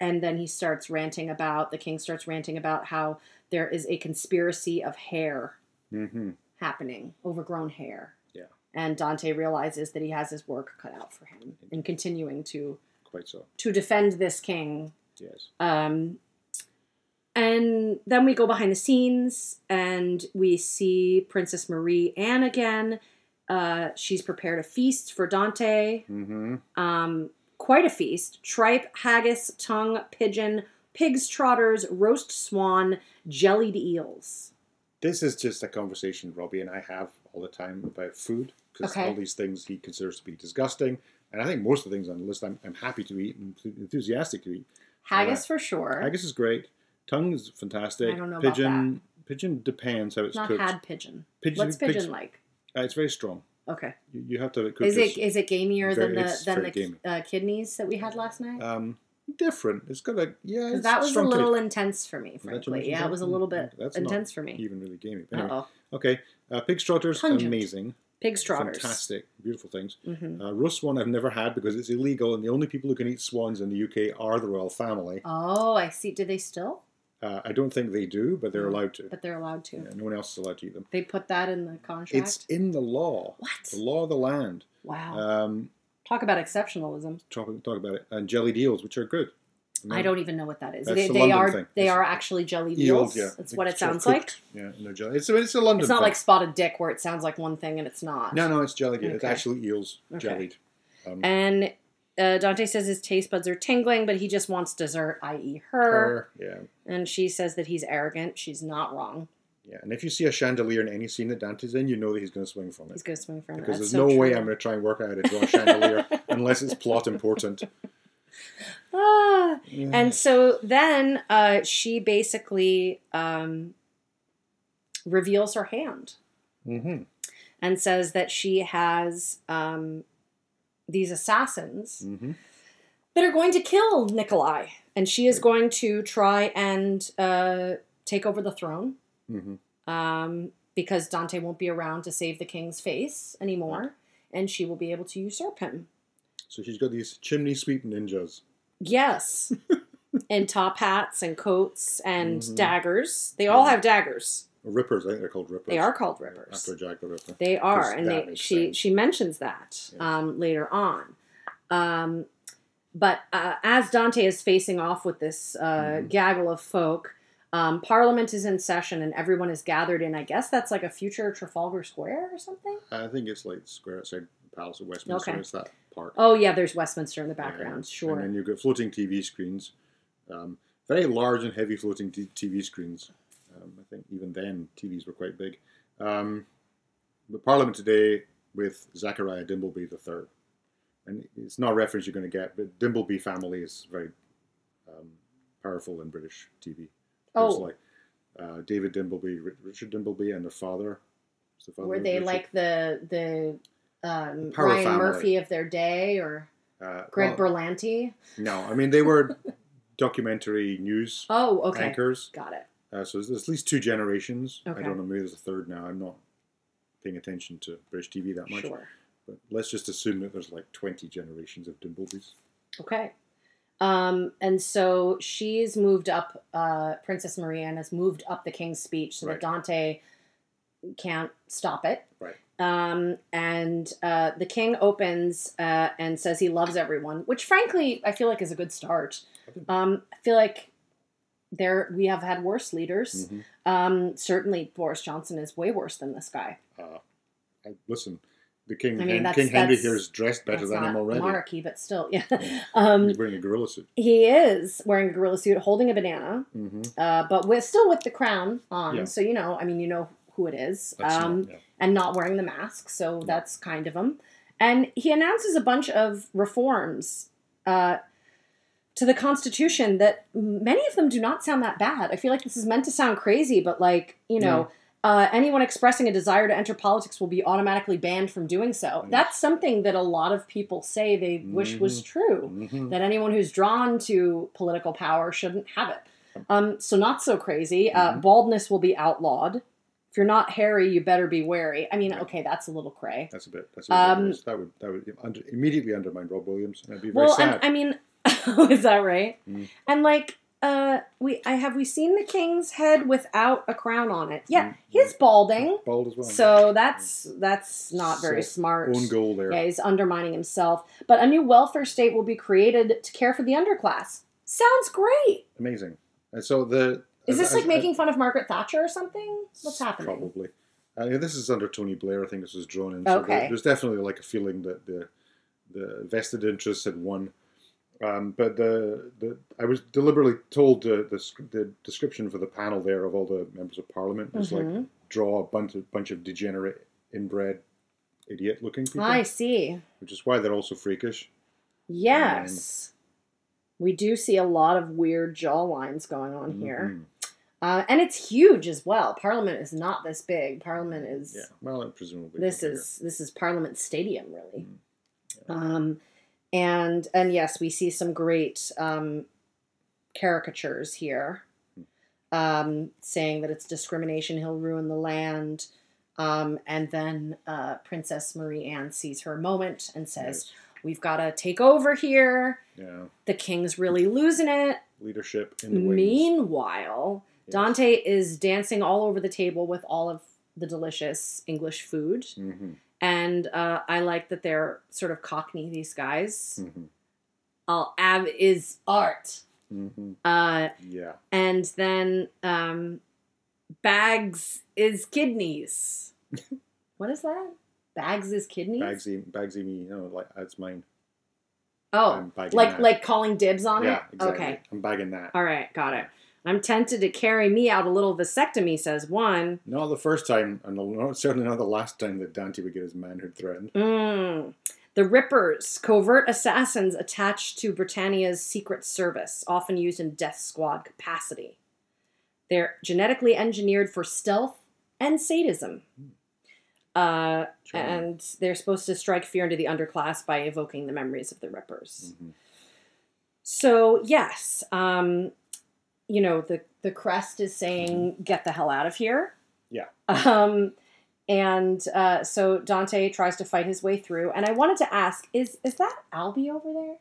Speaker 3: and then he starts ranting about the king starts ranting about how there is a conspiracy of hair
Speaker 1: Mm-hmm.
Speaker 3: happening, overgrown hair.
Speaker 1: Yeah.
Speaker 3: And Dante realizes that he has his work cut out for him in continuing to
Speaker 1: Quite so.
Speaker 3: to defend this king.
Speaker 1: Yes.
Speaker 3: Um, And then we go behind the scenes and we see Princess Marie Anne again. Uh, she's prepared a feast for Dante.
Speaker 1: Mm-hmm.
Speaker 3: Um, quite a feast tripe, haggis, tongue, pigeon, pigs, trotters, roast swan, jellied eels.
Speaker 1: This is just a conversation Robbie and I have all the time about food because
Speaker 3: Okay.
Speaker 1: all these things he considers to be disgusting. And I think most of the things on the list I'm, I'm happy to eat and enthusiastic to eat.
Speaker 3: Haggis for sure.
Speaker 1: Haggis is great. Tongue is fantastic.
Speaker 3: I don't know about
Speaker 1: pigeon, Pigeon depends how it's
Speaker 3: Not
Speaker 1: cooked.
Speaker 3: had pigeon.
Speaker 1: Pigeon-
Speaker 3: What's pigeon
Speaker 1: pigeon-
Speaker 3: like?
Speaker 1: Uh, it's very strong.
Speaker 3: Okay.
Speaker 1: You, you have to have it cooked.
Speaker 3: Is it
Speaker 1: as-
Speaker 3: is it gamier than
Speaker 1: very-
Speaker 3: the
Speaker 1: it's
Speaker 3: than
Speaker 1: very
Speaker 3: the
Speaker 1: gamey.
Speaker 3: uh, kidneys that we had last night?
Speaker 1: um, different. It's got a yeah.
Speaker 3: 'Cause
Speaker 1: It's
Speaker 3: that was a
Speaker 1: strong taste.
Speaker 3: little intense for me,
Speaker 1: Is that too much
Speaker 3: frankly. Yeah, it was a little bit
Speaker 1: That's not
Speaker 3: intense for me.
Speaker 1: Even really gamey. But
Speaker 3: Uh
Speaker 1: anyway,
Speaker 3: oh.
Speaker 1: okay. Uh, pig trotters,
Speaker 3: Pungent.
Speaker 1: amazing,
Speaker 3: Pig trotters.
Speaker 1: fantastic, beautiful things.
Speaker 3: hmm
Speaker 1: Uh, roast swan I've never had because it's illegal, and the only people who can eat swans in the UK are the royal family.
Speaker 3: Oh, I see. Do they still?
Speaker 1: Uh, I don't think they do, but they're
Speaker 3: Mm.
Speaker 1: allowed to.
Speaker 3: But they're allowed to.
Speaker 1: Yeah, no one else is allowed to eat them.
Speaker 3: They put that in the contract.
Speaker 1: It's in the law,
Speaker 3: what?
Speaker 1: the law of the land.
Speaker 3: Wow.
Speaker 1: Um,
Speaker 3: Talk about exceptionalism.
Speaker 1: talk, talk about it. And jelly deals, which are good.
Speaker 3: I don't even know what that is.
Speaker 1: That's
Speaker 3: They,
Speaker 1: the
Speaker 3: they
Speaker 1: London
Speaker 3: are
Speaker 1: thing.
Speaker 3: they
Speaker 1: It's-
Speaker 3: are actually jelly eels. That's what it sounds like.
Speaker 1: Yeah, no jelly. It's, it's a London.
Speaker 3: It's not
Speaker 1: thing.
Speaker 3: like spotted dick where it sounds like one thing and it's not.
Speaker 1: No, no, it's jelly. It's
Speaker 3: Okay.
Speaker 1: actually eels
Speaker 3: Okay.
Speaker 1: jellied. Um,
Speaker 3: And uh, Dante says his taste buds are tingling, but he just wants dessert, i.e., her.
Speaker 1: her, yeah,
Speaker 3: And she says that he's arrogant. She's not wrong.
Speaker 1: yeah. And if you see a chandelier in any scene that Dante's in, you know that he's going to swing from
Speaker 3: He's
Speaker 1: it
Speaker 3: going to swing from
Speaker 1: because
Speaker 3: it. That's
Speaker 1: there's
Speaker 3: so
Speaker 1: no way
Speaker 3: true.
Speaker 1: I'm going to try and work out how to draw
Speaker 3: <laughs>
Speaker 1: a chandelier unless it's plot important. Mm-hmm.
Speaker 3: Ah.
Speaker 1: Yeah.
Speaker 3: And so then uh, she basically um, reveals her hand
Speaker 1: Mhm.
Speaker 3: and says that she has um, these assassins
Speaker 1: Mhm.
Speaker 3: that are going to kill Nikolai. And she is going to try and uh, take over the throne
Speaker 1: Mhm.
Speaker 3: um, because Dante won't be around to save the king's face anymore. And she will be able to usurp him.
Speaker 1: So she's got these chimney sweep ninjas. <laughs>
Speaker 3: Yes. and top hats and coats and
Speaker 1: Mhm.
Speaker 3: daggers. They all
Speaker 1: Yeah.
Speaker 3: have daggers.
Speaker 1: Rippers, I think they're called rippers.
Speaker 3: They are called rippers.
Speaker 1: After Jack the Ripper.
Speaker 3: they are,
Speaker 1: 'cause
Speaker 3: and
Speaker 1: that
Speaker 3: they,
Speaker 1: makes
Speaker 3: she
Speaker 1: sense.
Speaker 3: she mentions that
Speaker 1: Yes.
Speaker 3: um, later on. Um, but uh, as Dante is facing off with this uh,
Speaker 1: Mhm.
Speaker 3: gaggle of folk, um, Parliament is in session and everyone is gathered in. I guess that's like a future Trafalgar Square or something.
Speaker 1: I think it's like the square outside the Palace of Westminster.
Speaker 3: Okay.
Speaker 1: It's that park.
Speaker 3: Oh yeah, there's Westminster in the
Speaker 1: Yeah.
Speaker 3: background.
Speaker 1: And
Speaker 3: Sure.
Speaker 1: then you've got floating TV screens, um, very large and heavy floating t- TV screens. Um, I think even then TVs were quite big. Um, but Parliament today with Zachariah Dimbleby the third, and it's not a reference you're going to get, but Dimbleby family is very um, powerful in British TV. There's
Speaker 3: Oh.
Speaker 1: like uh, David Dimbleby, Ri- Richard Dimbleby, and the father. It's the father
Speaker 3: Were
Speaker 1: of
Speaker 3: they
Speaker 1: Richard.
Speaker 3: like the the um,
Speaker 1: The power
Speaker 3: Ryan
Speaker 1: family.
Speaker 3: Murphy of their day or
Speaker 1: uh,
Speaker 3: Greg
Speaker 1: well,
Speaker 3: Berlanti?
Speaker 1: No, I mean
Speaker 3: <laughs>
Speaker 1: they were documentary news
Speaker 3: Oh, okay,
Speaker 1: anchors.
Speaker 3: got it.
Speaker 1: Uh, so there's at least two generations.
Speaker 3: Okay.
Speaker 1: I don't know, maybe there's a third now. I'm not paying attention to British TV that much.
Speaker 3: Sure.
Speaker 1: But let's just assume that there's like 20 generations of Dimblebees.
Speaker 3: Okay. Um, and so she's moved up, uh, Princess Marianne has moved up the King's speech so
Speaker 1: Right.
Speaker 3: that Dante can't stop it.
Speaker 1: Right.
Speaker 3: Um, and uh, the King opens uh, and says he loves everyone, which frankly I feel like is a good start. Um, I feel like there we have had worse leaders.
Speaker 1: Mhm.
Speaker 3: Um, certainly Boris Johnson is way worse than this guy.
Speaker 1: Uh, I- listen, the King,
Speaker 3: I mean,
Speaker 1: Hen-
Speaker 3: that's-
Speaker 1: King Henry
Speaker 3: that's-
Speaker 1: here is dressed better
Speaker 3: That's
Speaker 1: than him
Speaker 3: not
Speaker 1: already. Hmm.
Speaker 3: Monarchy, but still, <laughs> yeah.
Speaker 1: Yeah.
Speaker 3: Um,
Speaker 1: He's wearing a gorilla suit.
Speaker 3: he is wearing a gorilla suit, holding a banana.
Speaker 1: Mm-hmm.
Speaker 3: uh, but with still with the crown on.
Speaker 1: Yeah.
Speaker 3: So you know, I mean, you know who it is, um,
Speaker 1: yeah.
Speaker 3: and not wearing the mask. So
Speaker 1: Yeah.
Speaker 3: that's kind of him. And he announces a bunch of reforms uh, to the Constitution that many of them do not sound that bad. I feel like this is meant to sound crazy, but like you know. Uh, anyone expressing a desire to enter politics will be automatically banned from doing so.
Speaker 1: Yes.
Speaker 3: That's something that a lot of people say they wish was true
Speaker 1: Mhm.
Speaker 3: that anyone who's drawn to political power shouldn't have it. Um, so not so crazy. Uh,
Speaker 1: Mhm.
Speaker 3: baldness will be outlawed. If you're not hairy, you better be wary. I mean,
Speaker 1: Yeah.
Speaker 3: okay, that's a little cray.
Speaker 1: That's a bit. That's a bit
Speaker 3: Um,
Speaker 1: gross. that would that would under, immediately undermine Rob Williams, and I'd be very
Speaker 3: Well, and,
Speaker 1: sad.
Speaker 3: I mean, <laughs> is that right?
Speaker 1: Mm.
Speaker 3: And like, uh, we I have we seen the king's head without a crown on it? Yeah,
Speaker 1: Mm.
Speaker 3: he's balding.
Speaker 1: Bald as well.
Speaker 3: So that's that's not very
Speaker 1: So,
Speaker 3: smart.
Speaker 1: own goal there.
Speaker 3: Yeah, he's undermining himself. But a new welfare state will be created to care for the underclass. Sounds great.
Speaker 1: Amazing. And so the
Speaker 3: Is this
Speaker 1: I-
Speaker 3: like
Speaker 1: I-
Speaker 3: making fun of Margaret Thatcher or something? What's happening?
Speaker 1: Probably. Uh, yeah, this is under Tony Blair. I think this was drawn in. So
Speaker 3: Okay.
Speaker 1: there- there's definitely like a feeling that the the vested interests had won. Um, but the, the I was deliberately told the, the sc- the description for the panel there of all the members of parliament was like
Speaker 3: Mhm.
Speaker 1: draw a bunch of bunch of degenerate, inbred, idiot looking people,
Speaker 3: I see.
Speaker 1: which is why they're also freakish.
Speaker 3: Yes. We do see a lot of weird jaw lines going on here.
Speaker 1: Mhm.
Speaker 3: Uh, and it's huge as well. Parliament is not this big. Parliament is
Speaker 1: Yeah. Well, and presumably
Speaker 3: this
Speaker 1: bigger.
Speaker 3: is this is Parliament Stadium really.
Speaker 1: Mm.
Speaker 3: Um and and yes, we see some great um caricatures here.
Speaker 1: Hmm.
Speaker 3: Um saying that it's discrimination, he'll ruin the land. Um and then uh Princess Marie Anne sees her moment and says, "We've got to take over here."
Speaker 1: Yes. yeah
Speaker 3: The king's really losing it.
Speaker 1: leadership in the wings.
Speaker 3: Meanwhile,
Speaker 1: Yes.
Speaker 3: Dante is dancing all over the table with all of the delicious English food.
Speaker 1: Mhm,
Speaker 3: And uh, I like that they're sort of cockney, these guys.
Speaker 1: mhm,
Speaker 3: All av is art.
Speaker 1: mhm.
Speaker 3: Uh,
Speaker 1: Yeah.
Speaker 3: and then um, bags is kidneys. what is that? Bags is kidneys?
Speaker 1: Bagsy, Bagsy, me, e, you know, like that's mine.
Speaker 3: oh,
Speaker 1: I'm bagging
Speaker 3: like
Speaker 1: that.
Speaker 3: like calling dibs on
Speaker 1: yeah,
Speaker 3: it?
Speaker 1: exactly.
Speaker 3: Okay.
Speaker 1: I'm bagging that.
Speaker 3: All right, got it. I'm tempted to carry me out a little vasectomy, says one.
Speaker 1: Not the first time, and not, certainly not the last time that Dante would get his manhood threatened.
Speaker 3: Mm. The Rippers, covert assassins attached to Britannia's secret service, often used in death squad capacity. They're genetically engineered for stealth and sadism. Uh,
Speaker 1: Charming.
Speaker 3: and they're supposed to strike fear into the underclass by evoking the memories of the Rippers.
Speaker 1: Mhm.
Speaker 3: So yes, um, you know the the crest is saying get the hell out of here.
Speaker 1: Yeah.
Speaker 3: Um, and uh, so Dante tries to fight his way through. And I wanted to ask is is that Albie over there?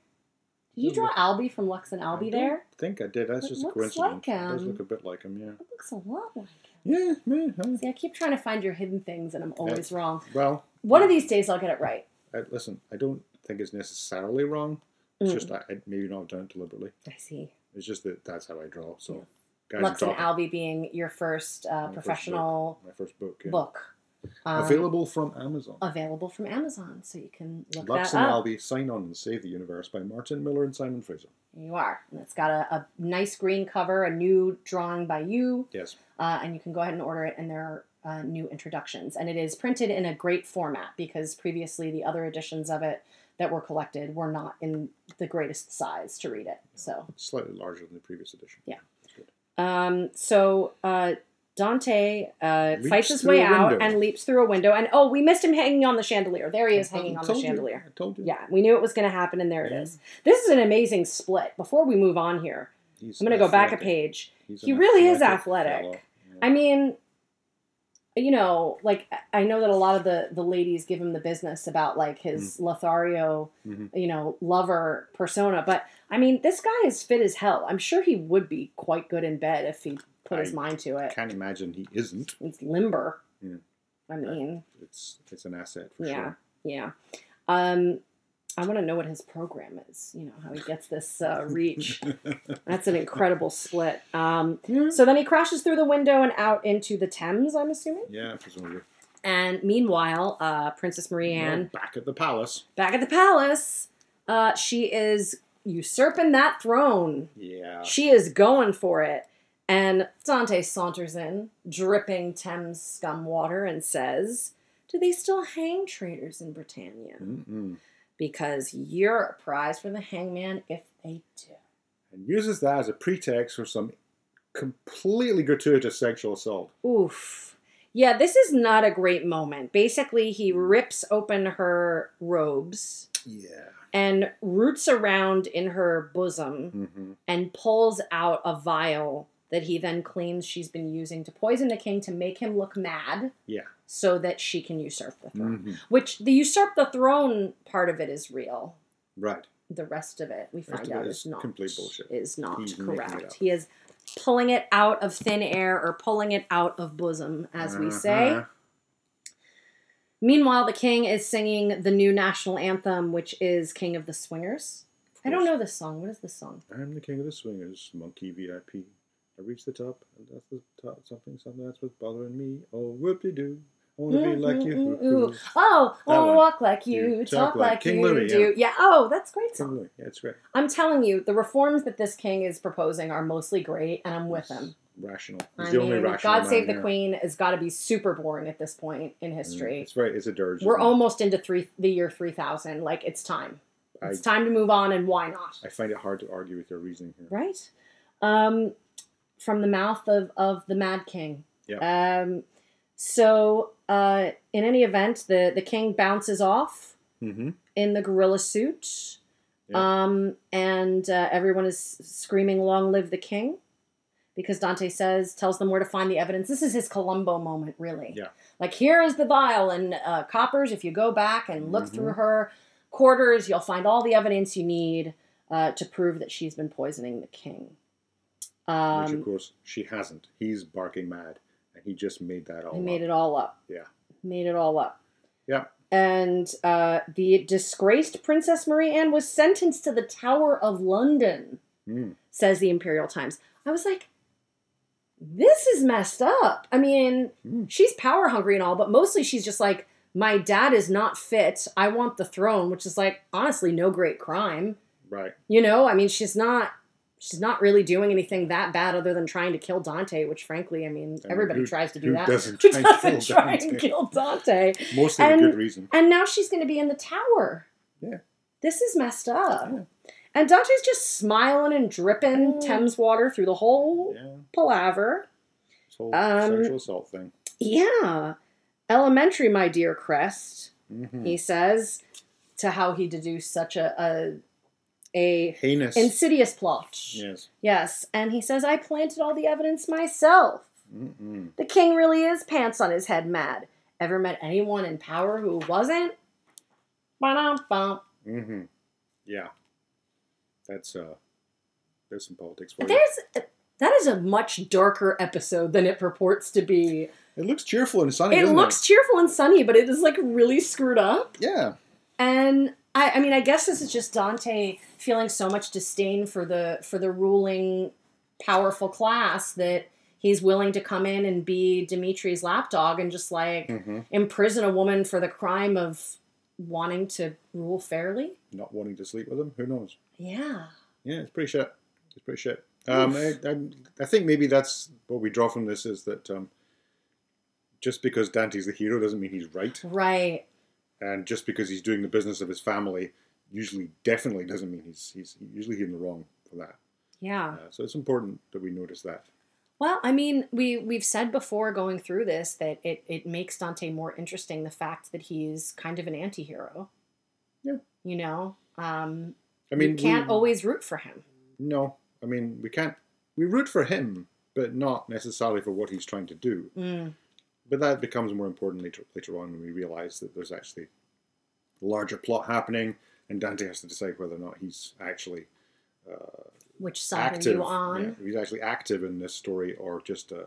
Speaker 3: Did you draw Albie from Lux and Albie
Speaker 1: I
Speaker 3: there?
Speaker 1: don't think I did. That's
Speaker 3: It
Speaker 1: just a
Speaker 3: looks
Speaker 1: coincidence.
Speaker 3: like
Speaker 1: It does
Speaker 3: him.
Speaker 1: look a bit like him, yeah.
Speaker 3: It looks a lot like. him.
Speaker 1: Yeah, man. huh.
Speaker 3: See, I keep trying to find your hidden things, and I'm always wrong.
Speaker 1: Well,
Speaker 3: One of these days, I'll get it right.
Speaker 1: I, listen, I don't think it's necessarily wrong. It's
Speaker 3: Mm.
Speaker 1: just I, I maybe not done it deliberately.
Speaker 3: I see.
Speaker 1: It's just that that's how I draw. So, guys,
Speaker 3: Lux
Speaker 1: I'm
Speaker 3: and
Speaker 1: talking.
Speaker 3: Albie being your first uh,
Speaker 1: book.
Speaker 3: professional
Speaker 1: my first book. yeah.
Speaker 3: book. Um,
Speaker 1: Available from Amazon.
Speaker 3: available from Amazon, so you can look
Speaker 1: Lux
Speaker 3: that
Speaker 1: and
Speaker 3: up.
Speaker 1: Albie, Sign On and Save the Universe by Martin Miller and Simon Fraser.
Speaker 3: You are. And it's got a, a nice green cover, a new drawing by you,
Speaker 1: Yes.
Speaker 3: uh, and you can go ahead and order it. And there are uh, new introductions, and it is printed in a great format because previously the other editions of it that were collected were not in the greatest size to read it. So,
Speaker 1: Slightly larger than the previous edition.
Speaker 3: Yeah. um, so uh, Dante uh, fights
Speaker 1: Leaps
Speaker 3: his
Speaker 1: through
Speaker 3: way
Speaker 1: a
Speaker 3: out
Speaker 1: window.
Speaker 3: and leaps through a window. And oh, we missed him hanging on the chandelier. There he is
Speaker 1: I- I
Speaker 3: hanging on the
Speaker 1: told you,
Speaker 3: chandelier.
Speaker 1: I told you.
Speaker 3: Yeah, we knew it was going to happen, and there it
Speaker 1: Yeah.
Speaker 3: is. This is an amazing split. Before we move on here,
Speaker 1: He's
Speaker 3: I'm going to go back a
Speaker 1: athletic.
Speaker 3: page.
Speaker 1: He's
Speaker 3: He
Speaker 1: an
Speaker 3: really is athletic.
Speaker 1: fellow.
Speaker 3: I mean, you know, like I- I know that a lot of the the ladies give him the business about like his
Speaker 1: Mm-hmm.
Speaker 3: Lothario,
Speaker 1: Mhm.
Speaker 3: you know, lover persona, but I mean, this guy is fit as hell. I'm sure he would be quite good in bed if he put his
Speaker 1: I
Speaker 3: mind to it.
Speaker 1: can't imagine he isn't.
Speaker 3: He's limber.
Speaker 1: Yeah.
Speaker 3: I mean,
Speaker 1: It's it's an asset for
Speaker 3: yeah,
Speaker 1: sure.
Speaker 3: yeah. Um, I want to know what his program is. You know how he gets this uh,
Speaker 1: <laughs>
Speaker 3: reach. That's an incredible split. Um, so then he crashes through the window and out into the Thames. I'm assuming.
Speaker 1: Yeah, presumably.
Speaker 3: And meanwhile, uh, Princess Marie
Speaker 1: Well,
Speaker 3: Anne
Speaker 1: back at the palace.
Speaker 3: back at the palace. Uh, she is usurping that throne.
Speaker 1: Yeah.
Speaker 3: She is going for it. And Dante saunters in, dripping Thames scum water, and says, "Do they still hang traitors in Britannia?"
Speaker 1: Mm-mm.
Speaker 3: because you're a prize for the hangman if they do.
Speaker 1: And uses that as a pretext for some completely gratuitous sexual assault.
Speaker 3: Oof. Yeah, this is not a great moment. Basically, he rips open her robes
Speaker 1: Yeah.
Speaker 3: and roots around in her bosom
Speaker 1: Mm-hmm.
Speaker 3: and pulls out a vial that he then claims she's been using to poison the king to make him look mad.
Speaker 1: Yeah.
Speaker 3: So that she can usurp the throne.
Speaker 1: hmm
Speaker 3: Which the usurp the throne part of it is real.
Speaker 1: Right.
Speaker 3: the rest of it we
Speaker 1: Rest
Speaker 3: find
Speaker 1: of it
Speaker 3: out
Speaker 1: is
Speaker 3: is not
Speaker 1: complete bullshit.
Speaker 3: Is not
Speaker 1: He's making it
Speaker 3: correct.
Speaker 1: up.
Speaker 3: He is pulling it out of thin air or pulling it out of bosom, as we say.
Speaker 1: Uh-huh.
Speaker 3: Meanwhile, the king is singing the new national anthem, which is "King of the Swingers." I don't know this song. What is this song?
Speaker 1: I'm the king of the swingers, monkey VIP. I reached the top, and that's the top. Something, something that's what's bothering me. Oh, whoop-de-doo. I want to be like
Speaker 3: Mm, mm,
Speaker 1: you.
Speaker 3: mm,
Speaker 1: Whoop-de-doo.
Speaker 3: ooh. Oh,
Speaker 1: That
Speaker 3: oh,
Speaker 1: one.
Speaker 3: walk like you,
Speaker 1: You
Speaker 3: talk, like,
Speaker 1: King
Speaker 3: you
Speaker 1: Louis,
Speaker 3: do. Yeah. Oh, that's a great. Song.
Speaker 1: Totally. Yeah, it's right.
Speaker 3: I'm telling you, the reforms that this king is proposing are mostly great, and I'm with him.
Speaker 1: Rational. He's
Speaker 3: I
Speaker 1: the only
Speaker 3: mean,
Speaker 1: rational.
Speaker 3: God Save
Speaker 1: man
Speaker 3: the
Speaker 1: there.
Speaker 3: Queen has got to be super boring at this point in history.
Speaker 1: Mm, It's right. It's a dirge.
Speaker 3: We're
Speaker 1: isn't it?
Speaker 3: almost into three the year three thousand. Like it's time.
Speaker 1: I,
Speaker 3: It's time to move on, and why not?
Speaker 1: I find it hard to argue with your reasoning here.
Speaker 3: Right. Um, from the mouth of, of the Mad King. Um, so, uh, in any event, the, the king bounces off
Speaker 1: Mm-hmm.
Speaker 3: in the gorilla suit.
Speaker 1: Yeah.
Speaker 3: Um, and uh, everyone is screaming, Long live the king. Because Dante says, tells them where to find the evidence. This is his Columbo moment, really.
Speaker 1: Yeah.
Speaker 3: Like, here is the vial and uh, coppers. If you go back and look
Speaker 1: Mhm.
Speaker 3: through her quarters, you'll find all the evidence you need uh, to prove that she's been poisoning the king.
Speaker 1: Which, of
Speaker 3: Um,
Speaker 1: course, she hasn't. He's barking mad, and he just made that all.
Speaker 3: I made
Speaker 1: up.
Speaker 3: it all up.
Speaker 1: Yeah.
Speaker 3: Made it all up.
Speaker 1: Yeah.
Speaker 3: And uh, the disgraced Princess Marie Anne was sentenced to the Tower of London,
Speaker 1: Mm.
Speaker 3: says the Imperial Times. I was like, this is messed up. I mean,
Speaker 1: Mm.
Speaker 3: she's power hungry and all, but mostly she's just like, my dad is not fit. I want the throne, which is like, honestly, no great crime.
Speaker 1: Right.
Speaker 3: You know, I mean, she's not. She's not really doing anything that bad other than trying to kill Dante, which frankly, I mean,
Speaker 1: mean,
Speaker 3: everybody
Speaker 1: who-
Speaker 3: tries to do
Speaker 1: who
Speaker 3: that.
Speaker 1: doesn't
Speaker 3: <laughs> who
Speaker 1: try and
Speaker 3: doesn't
Speaker 1: kill
Speaker 3: try and
Speaker 1: Dante?
Speaker 3: kill Dante?
Speaker 1: Mostly for
Speaker 3: And-
Speaker 1: good reason.
Speaker 3: And now she's going to be in the tower.
Speaker 1: Yeah.
Speaker 3: This is messed up.
Speaker 1: Yeah.
Speaker 3: And Dante's just smiling and dripping
Speaker 1: Mm.
Speaker 3: Thames water through the whole
Speaker 1: Yeah.
Speaker 3: palaver.
Speaker 1: This whole
Speaker 3: Um,
Speaker 1: sexual assault thing.
Speaker 3: Yeah. Elementary, my dear Crest,
Speaker 1: Mm-hmm.
Speaker 3: he says, to how he deduced such a a, a
Speaker 1: Heinous.
Speaker 3: insidious plot.
Speaker 1: yes.
Speaker 3: Yes. And he says, I planted all the evidence myself.
Speaker 1: Mm-mm.
Speaker 3: The king really is pants on his head mad. Ever met anyone in power who wasn't? Ba-dum-bum.
Speaker 1: Mm-hmm. Yeah. That's uh. There's some politics for you.
Speaker 3: There's that is a much darker episode than it purports to be.
Speaker 1: It looks cheerful and sunny.
Speaker 3: It
Speaker 1: doesn't
Speaker 3: looks cheerful and sunny, but it is like really screwed up.
Speaker 1: Yeah.
Speaker 3: And I, I mean, I guess this is just Dante feeling so much disdain for the for the ruling powerful class that he's willing to come in and be Dimitri's lapdog and just like
Speaker 1: Mm-hmm.
Speaker 3: imprison a woman for the crime of wanting to rule fairly.
Speaker 1: Not wanting to sleep with him. Who knows?
Speaker 3: Yeah.
Speaker 1: Yeah, it's pretty shit. It's pretty shit. Um, I, I, I think maybe that's what we draw from this is that um, just because Dante's the hero doesn't mean he's right,
Speaker 3: Right.
Speaker 1: and just because he's doing the business of his family usually definitely doesn't mean he's he's usually in the wrong for that.
Speaker 3: Yeah.
Speaker 1: Uh, so it's important that we notice that.
Speaker 3: Well, I mean, we we've said before going through this that it it makes Dante more interesting the fact that he's kind of an anti-hero.
Speaker 1: Yeah.
Speaker 3: You know, um
Speaker 1: I mean,
Speaker 3: you can't
Speaker 1: we-
Speaker 3: always root for him.
Speaker 1: No, I mean we can't. We root for him, but not necessarily for what he's trying to do.
Speaker 3: Mm.
Speaker 1: But that becomes more important later, later on when we realize that there's actually a larger plot happening, and Dante has to decide whether or not he's actually uh,
Speaker 3: Which side
Speaker 1: active.
Speaker 3: are you on?
Speaker 1: Yeah, if he's actually active in this story, or just a,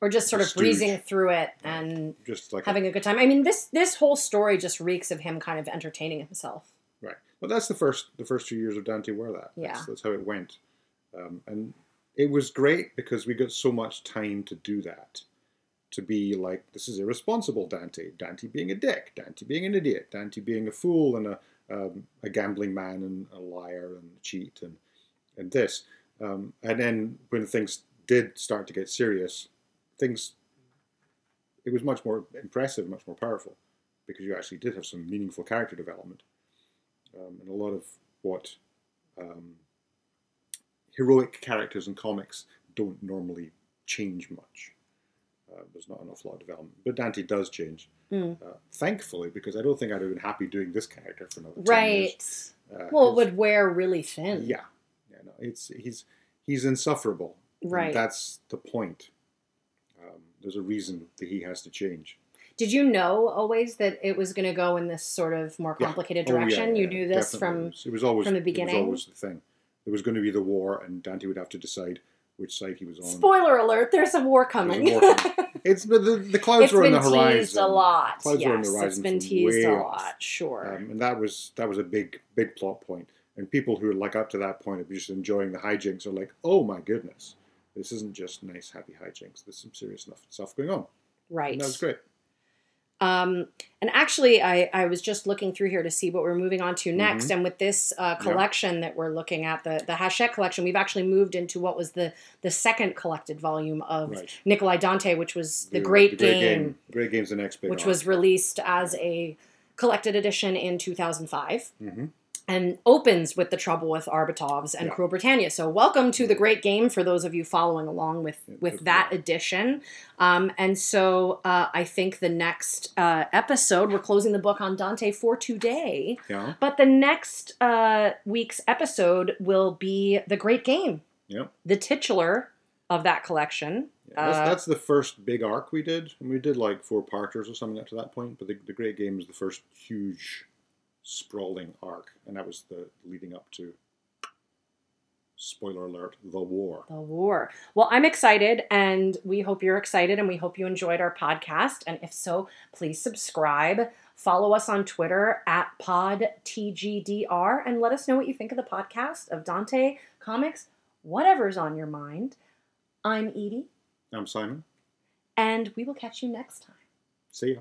Speaker 3: Or just sort of
Speaker 1: Stooge.
Speaker 3: breezing through it and
Speaker 1: just like
Speaker 3: having a good time. I mean, this this whole story just reeks of him kind of entertaining himself.
Speaker 1: a, right. Well, that's the first the first two years of Dante were that.
Speaker 3: Yeah.
Speaker 1: That's, that's how it went, um, and it was great because we got so much time to do that. To be like this is irresponsible, Dante. Dante being a dick. Dante being an idiot. Dante being a fool and a um, a gambling man and a liar and a cheat and and this. Um, and then when things did start to get serious, things it was much more impressive, much more powerful, because you actually did have some meaningful character development, um, and a lot of what um, heroic characters in comics don't normally change much. Uh, there's not an awful lot of development, but Dante does change.
Speaker 3: Mm.
Speaker 1: Uh, thankfully, because I don't think I'd have been happy doing this character for another 10 years.
Speaker 3: Right.
Speaker 1: Uh,
Speaker 3: Well,
Speaker 1: 'cause-
Speaker 3: it would wear really thin.
Speaker 1: yeah, yeah, no, it's he's he's insufferable. And
Speaker 3: Right.
Speaker 1: that's the point. Um, there's a reason that he has to change.
Speaker 3: Did you know always that it was going to go in this sort of more
Speaker 1: Yeah.
Speaker 3: complicated
Speaker 1: Oh, yeah,
Speaker 3: direction?
Speaker 1: yeah,
Speaker 3: you knew this
Speaker 1: definitely.
Speaker 3: from
Speaker 1: it was, it was always
Speaker 3: from the
Speaker 1: It
Speaker 3: beginning?
Speaker 1: was always the thing. There was going to be the war, and Dante would have to decide which side he was on.
Speaker 3: Spoiler alert, there's a war coming.
Speaker 1: There's
Speaker 3: <laughs>
Speaker 1: a war coming. it's but the, the clouds
Speaker 3: it's
Speaker 1: were on
Speaker 3: been
Speaker 1: the horizon.
Speaker 3: teased a lot.
Speaker 1: Clouds
Speaker 3: yes,
Speaker 1: were on the
Speaker 3: it's
Speaker 1: horizon
Speaker 3: been
Speaker 1: from
Speaker 3: teased a
Speaker 1: way off.
Speaker 3: lot, sure.
Speaker 1: Um, and that was that was a big big plot point. And people who were like up to that point of just enjoying the hijinks are like, oh my goodness, This isn't just nice, happy hijinks. There's some serious enough stuff going on.
Speaker 3: Right.
Speaker 1: And that was great.
Speaker 3: Um, and actually, I, I was just looking through here to see what we're moving on
Speaker 1: Mm-hmm.
Speaker 3: to next. And with this uh, collection that we're looking at, the the Hachette collection, we've actually moved into what was the the second collected volume of
Speaker 1: Right.
Speaker 3: Nikolai Dante, which was the, Great, Game,
Speaker 1: Great Game's the next big
Speaker 3: which was released as a collected edition in 2005,
Speaker 1: hmm
Speaker 3: and opens with the Trouble with Arbatovs and
Speaker 1: Yeah.
Speaker 3: Cruel Britannia. So welcome to the Great Game for those of you following along with
Speaker 1: Yeah,
Speaker 3: with
Speaker 1: good
Speaker 3: that
Speaker 1: luck.
Speaker 3: edition. Um, and so uh, I think the next uh, episode, we're closing the book on Dante for today.
Speaker 1: Yeah.
Speaker 3: But the next uh, week's episode will be The Great Game,
Speaker 1: Yeah.
Speaker 3: the titular of that collection.
Speaker 1: Yeah, that's,
Speaker 3: Uh,
Speaker 1: that's the first big arc we did. And we did like four parters or something up to that point, but the, the Great Game was the first huge, sprawling arc, and that was the leading up to. Spoiler alert: the war.
Speaker 3: The war. Well, I'm excited, and we hope you're excited, and we hope you enjoyed our podcast. And if so, please subscribe. Follow us on Twitter at PodTGDR and let us know what you think of the podcast, of Dante, comics, whatever's on your mind. I'm Edie,
Speaker 1: I'm Simon.
Speaker 3: and we will catch you next time.
Speaker 1: See ya.